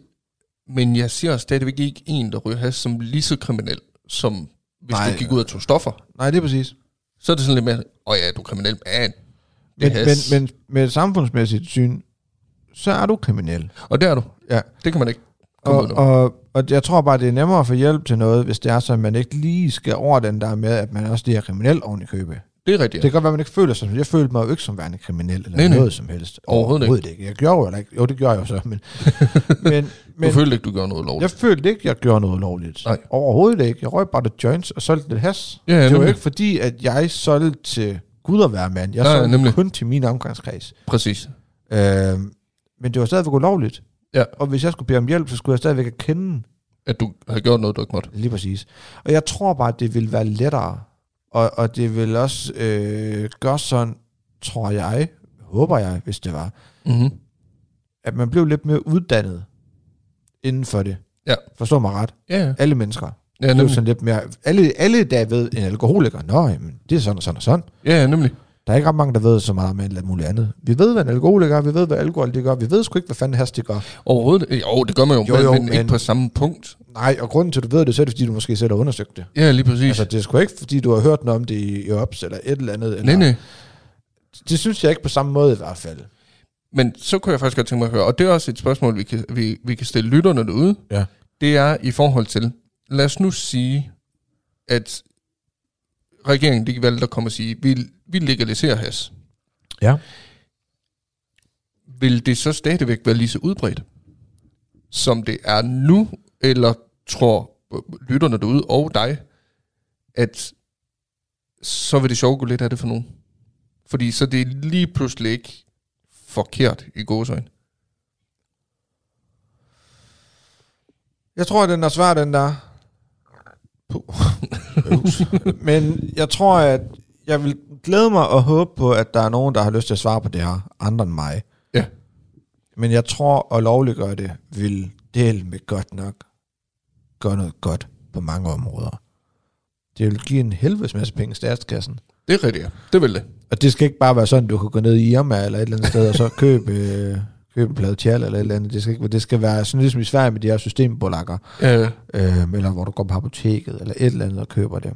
men jeg ser stadigvæk ikke en, der ryger hash, som er lige så kriminel, som hvis
Nej.
Nej. du gik ud og tog stoffer.
Nej, det er præcis.
Så er det sådan lidt mere, åh oh ja, du er kriminel, man.
Men,
Yes.
men, men med et samfundsmæssigt syn, så er du kriminel.
Og det er du.
Ja.
Det kan man ikke komme
Og,
ud om.
og, og jeg tror bare, det er nemmere at få hjælp til noget, hvis det er så, at man ikke lige skal over den der med, at man også lige er kriminel oven i købet.
Det er rigtigt.
Det kan godt være, at man ikke føler sig som Jeg følte mig jo ikke som værende kriminel eller
Nej,
nej,
nej.
noget som helst.
Overhovedet ikke.
ikke. Jeg gjorde jo heller ikke. Jo, det gjorde jeg jo så.
(laughs)
Men, men,
Men,
men
du følte ikke, du gjorde noget lovligt.
jeg følte ikke, jeg gjorde noget ulovligt.
Nej.
Overhovedet ikke. Jeg røg bare det joints og solgte lidt has.
Ja, ja,
det var
nemlig.
ikke fordi, at jeg solgte til Gud at være mand. Jeg
Nej,
solgte
nemlig.
kun til min omgangskreds.
Præcis.
Øh, men det var stadigvæk ulovligt.
Ja.
Og hvis jeg skulle bede om hjælp, så skulle jeg stadigvæk erkende
At du har gjort noget, du ikke måtte.
Lige præcis. Og jeg tror bare, at det vil være lettere, og, og det vil også øh, gøre sådan, tror jeg, håber jeg, hvis det var,
Mm-hmm.
at man blev lidt mere uddannet inden for det.
Ja.
Forstår mig ret.
Ja, ja.
Alle mennesker
Ja,
blev
nemlig.
sådan lidt mere... Alle, alle der ved en alkoholiker, nå, jamen, det er sådan og sådan og sådan.
Ja, ja, nemlig.
Der er ikke ret mange, der ved så meget om alt muligt andet. Vi ved, hvad en alkoholiker gør, vi ved, hvad alkohol det gør, vi ved sgu ikke, hvad fanden has det gør.
Overhovedet. ikke. Jo, det gør man jo,
Jo,
jo,
jo,
jo men, men, ikke
men-
på samme punkt.
Nej, og grunden til, at du ved det, så er det, fordi du måske selv har undersøgt det.
Ja, lige præcis.
Altså,
Altså,
det er sgu ikke, fordi du har hørt noget om det i, i Ops eller et eller andet.
nej,
Eller,
nej.
Det synes jeg ikke på samme måde i hvert fald.
Men så kunne jeg faktisk godt tænke mig at høre, og det er også et spørgsmål, vi kan, vi, vi kan stille lytterne derude.
Ja.
Det er i forhold til, lad os nu sige, at regeringen de valgte at komme og sige, vi, vi legaliserer has.
Ja.
Vil det så stadigvæk være lige så udbredt, som det er nu, eller tror lytterne derude og dig, at så vil det sjovt gå lidt af det for nogen? Fordi så det er lige pludselig ikke forkert i gåsøjne.
Jeg tror, den er svær, den der. Puh. Øvs. (laughs) Men jeg tror, at jeg vil glæde mig og håbe på, at der er nogen, der har lyst til at svare på det her, andre end mig.
Ja.
Men jeg tror, at lovliggøre det vil del med godt nok gøre noget godt på mange områder. Det vil give en helvedes masse penge i statskassen.
Det er rigtigt, ja. Det vil det.
Og det skal ikke bare være sådan, du kan gå ned i Irma eller et eller andet sted, og så købe, øh, købe en plade tjal eller et eller andet. Det skal, ikke, være- det skal være sådan ligesom i Sverige med de her systembolakker,
Ja,
øh, eller hvor du går på apoteket eller et eller andet og køber det.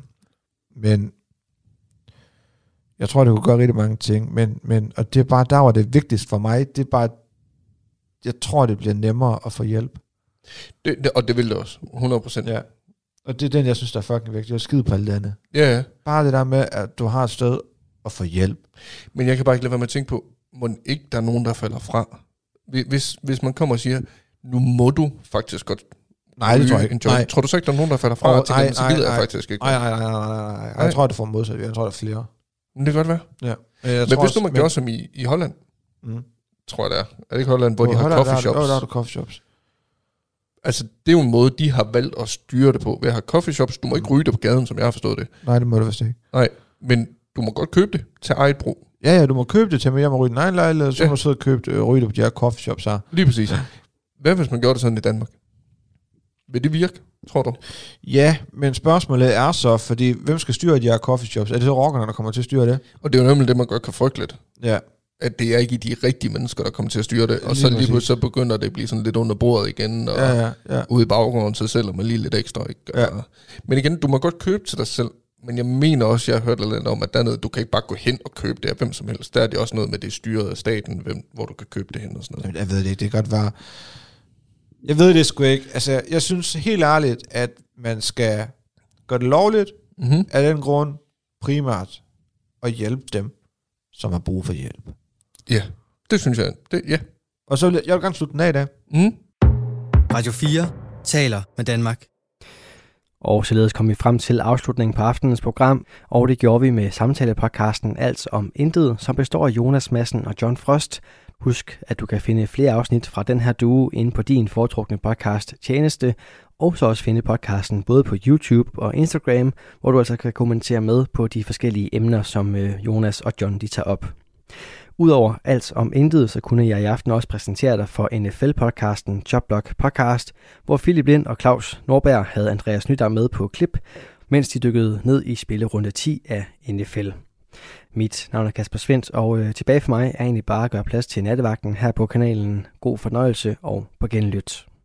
Men jeg tror, det kunne gøre rigtig mange ting, men, men og det er bare, der var det vigtigst for mig, det er bare, jeg tror, det bliver nemmere at få hjælp.
det, det, og det vil det også. 100 procent. Ja.
Og det er den, jeg synes, der er fucking vigtigt. Jeg er skide på alt det andet.
ja, ja.
Bare det der med, at du har et sted at få hjælp.
Men jeg kan bare ikke lade være med at tænke på, må ikke der er nogen, der falder fra? Hvi- Hvis, hvis man kommer og siger, nu må du faktisk godt
Nej, det
ryge
tror jeg ikke.
en joint.
Nej.
Tror du så ikke, der er nogen, der falder fra?
Åh,
Oh, og tænker,
nej,
"Men så
nej,
gider jeg
nej.
faktisk ikke.
Nej, nej, nej, nej, nej, nej.
Nej.
Jeg tror, det får modsat. Jeg tror, der er flere.
Men det kan godt være.
Ja. Jeg
Men hvis nu man gjorde som i, i Holland,
Mm.
tror jeg det er. Er det ikke Holland, hvor de har
Der, der,
coffeeshops?
der, der coffee shops.
Altså, det er jo en måde, de har valgt at styre det på. Ved at have coffeeshops, du må
Mm.
ikke ryge det på gaden, som jeg har forstået det.
Nej, det må det vist ikke.
Nej, men du må godt købe det til eget brug.
Ja, ja, du må købe det, tage med hjem og ryge din egen lejlighed, så
Ja.
må du sidde og købe det, øh, ryge det på de her coffee shops her.
Lige præcis. Hvad hvis man gjorde det sådan i Danmark? Vil det virke, tror du?
Ja, men spørgsmålet er så, fordi hvem skal styre de her coffee shops? Er det så rockerne, der kommer til at styre det?
Og det er jo nemlig det, man godt kan frygte lidt.
Ja,
At det er ikke de rigtige mennesker, der kommer til at styre det. Og
Lige
så lige
præcis.
pludselig så begynder det at blive sådan lidt under bordet igen. Og
ja,
ja.
ja, ja.
ude i baggrunden, så sælger man lige lidt ekstra. Ikke?
Ja.
Og- Men igen, du må godt købe til dig selv. Men jeg mener også, jeg har hørt lidt om, at dernede, du kan ikke bare gå hen og købe det af hvem som helst. Der er det også noget med, det er styret af staten, hvem, hvor du kan købe det hen og sådan noget.
Jamen, jeg ved det ikke, det kan godt være. Jeg ved det sgu ikke. Altså, jeg synes helt ærligt, at man skal gøre det lovligt,
Mm-hmm.
af den grund primært at hjælpe dem, som har brug for hjælp.
Ja, det synes jeg. Det, ja.
Og så vil jeg, jeg vil Mhm. gerne slutte den af i dag.
Mm.
Radio 4 taler med Danmark. Og således kom vi frem til afslutningen på aftenens program, og det gjorde vi med samtalepodcasten Alt om Intet, som består af Jonas Madsen og John Frost. Husk, at du kan finde flere afsnit fra den her duo inde på din foretrukne podcast Tjeneste, og så også finde podcasten både på YouTube og Instagram, hvor du altså kan kommentere med på de forskellige emner, som øh, Jonas og John de tager op. Udover alt om intet, så kunne jeg i aften også præsentere dig for NFL-podcasten Jobblock Podcast, hvor Philip Lind og Claus Norberg havde Andreas Nydam med på klip, mens de dykkede ned i spillerunde 10 af NFL. Mit navn er Kasper Svendt, og øh, tilbage for mig er egentlig bare at gøre plads til nattevagten her på kanalen. God fornøjelse og på genlyt.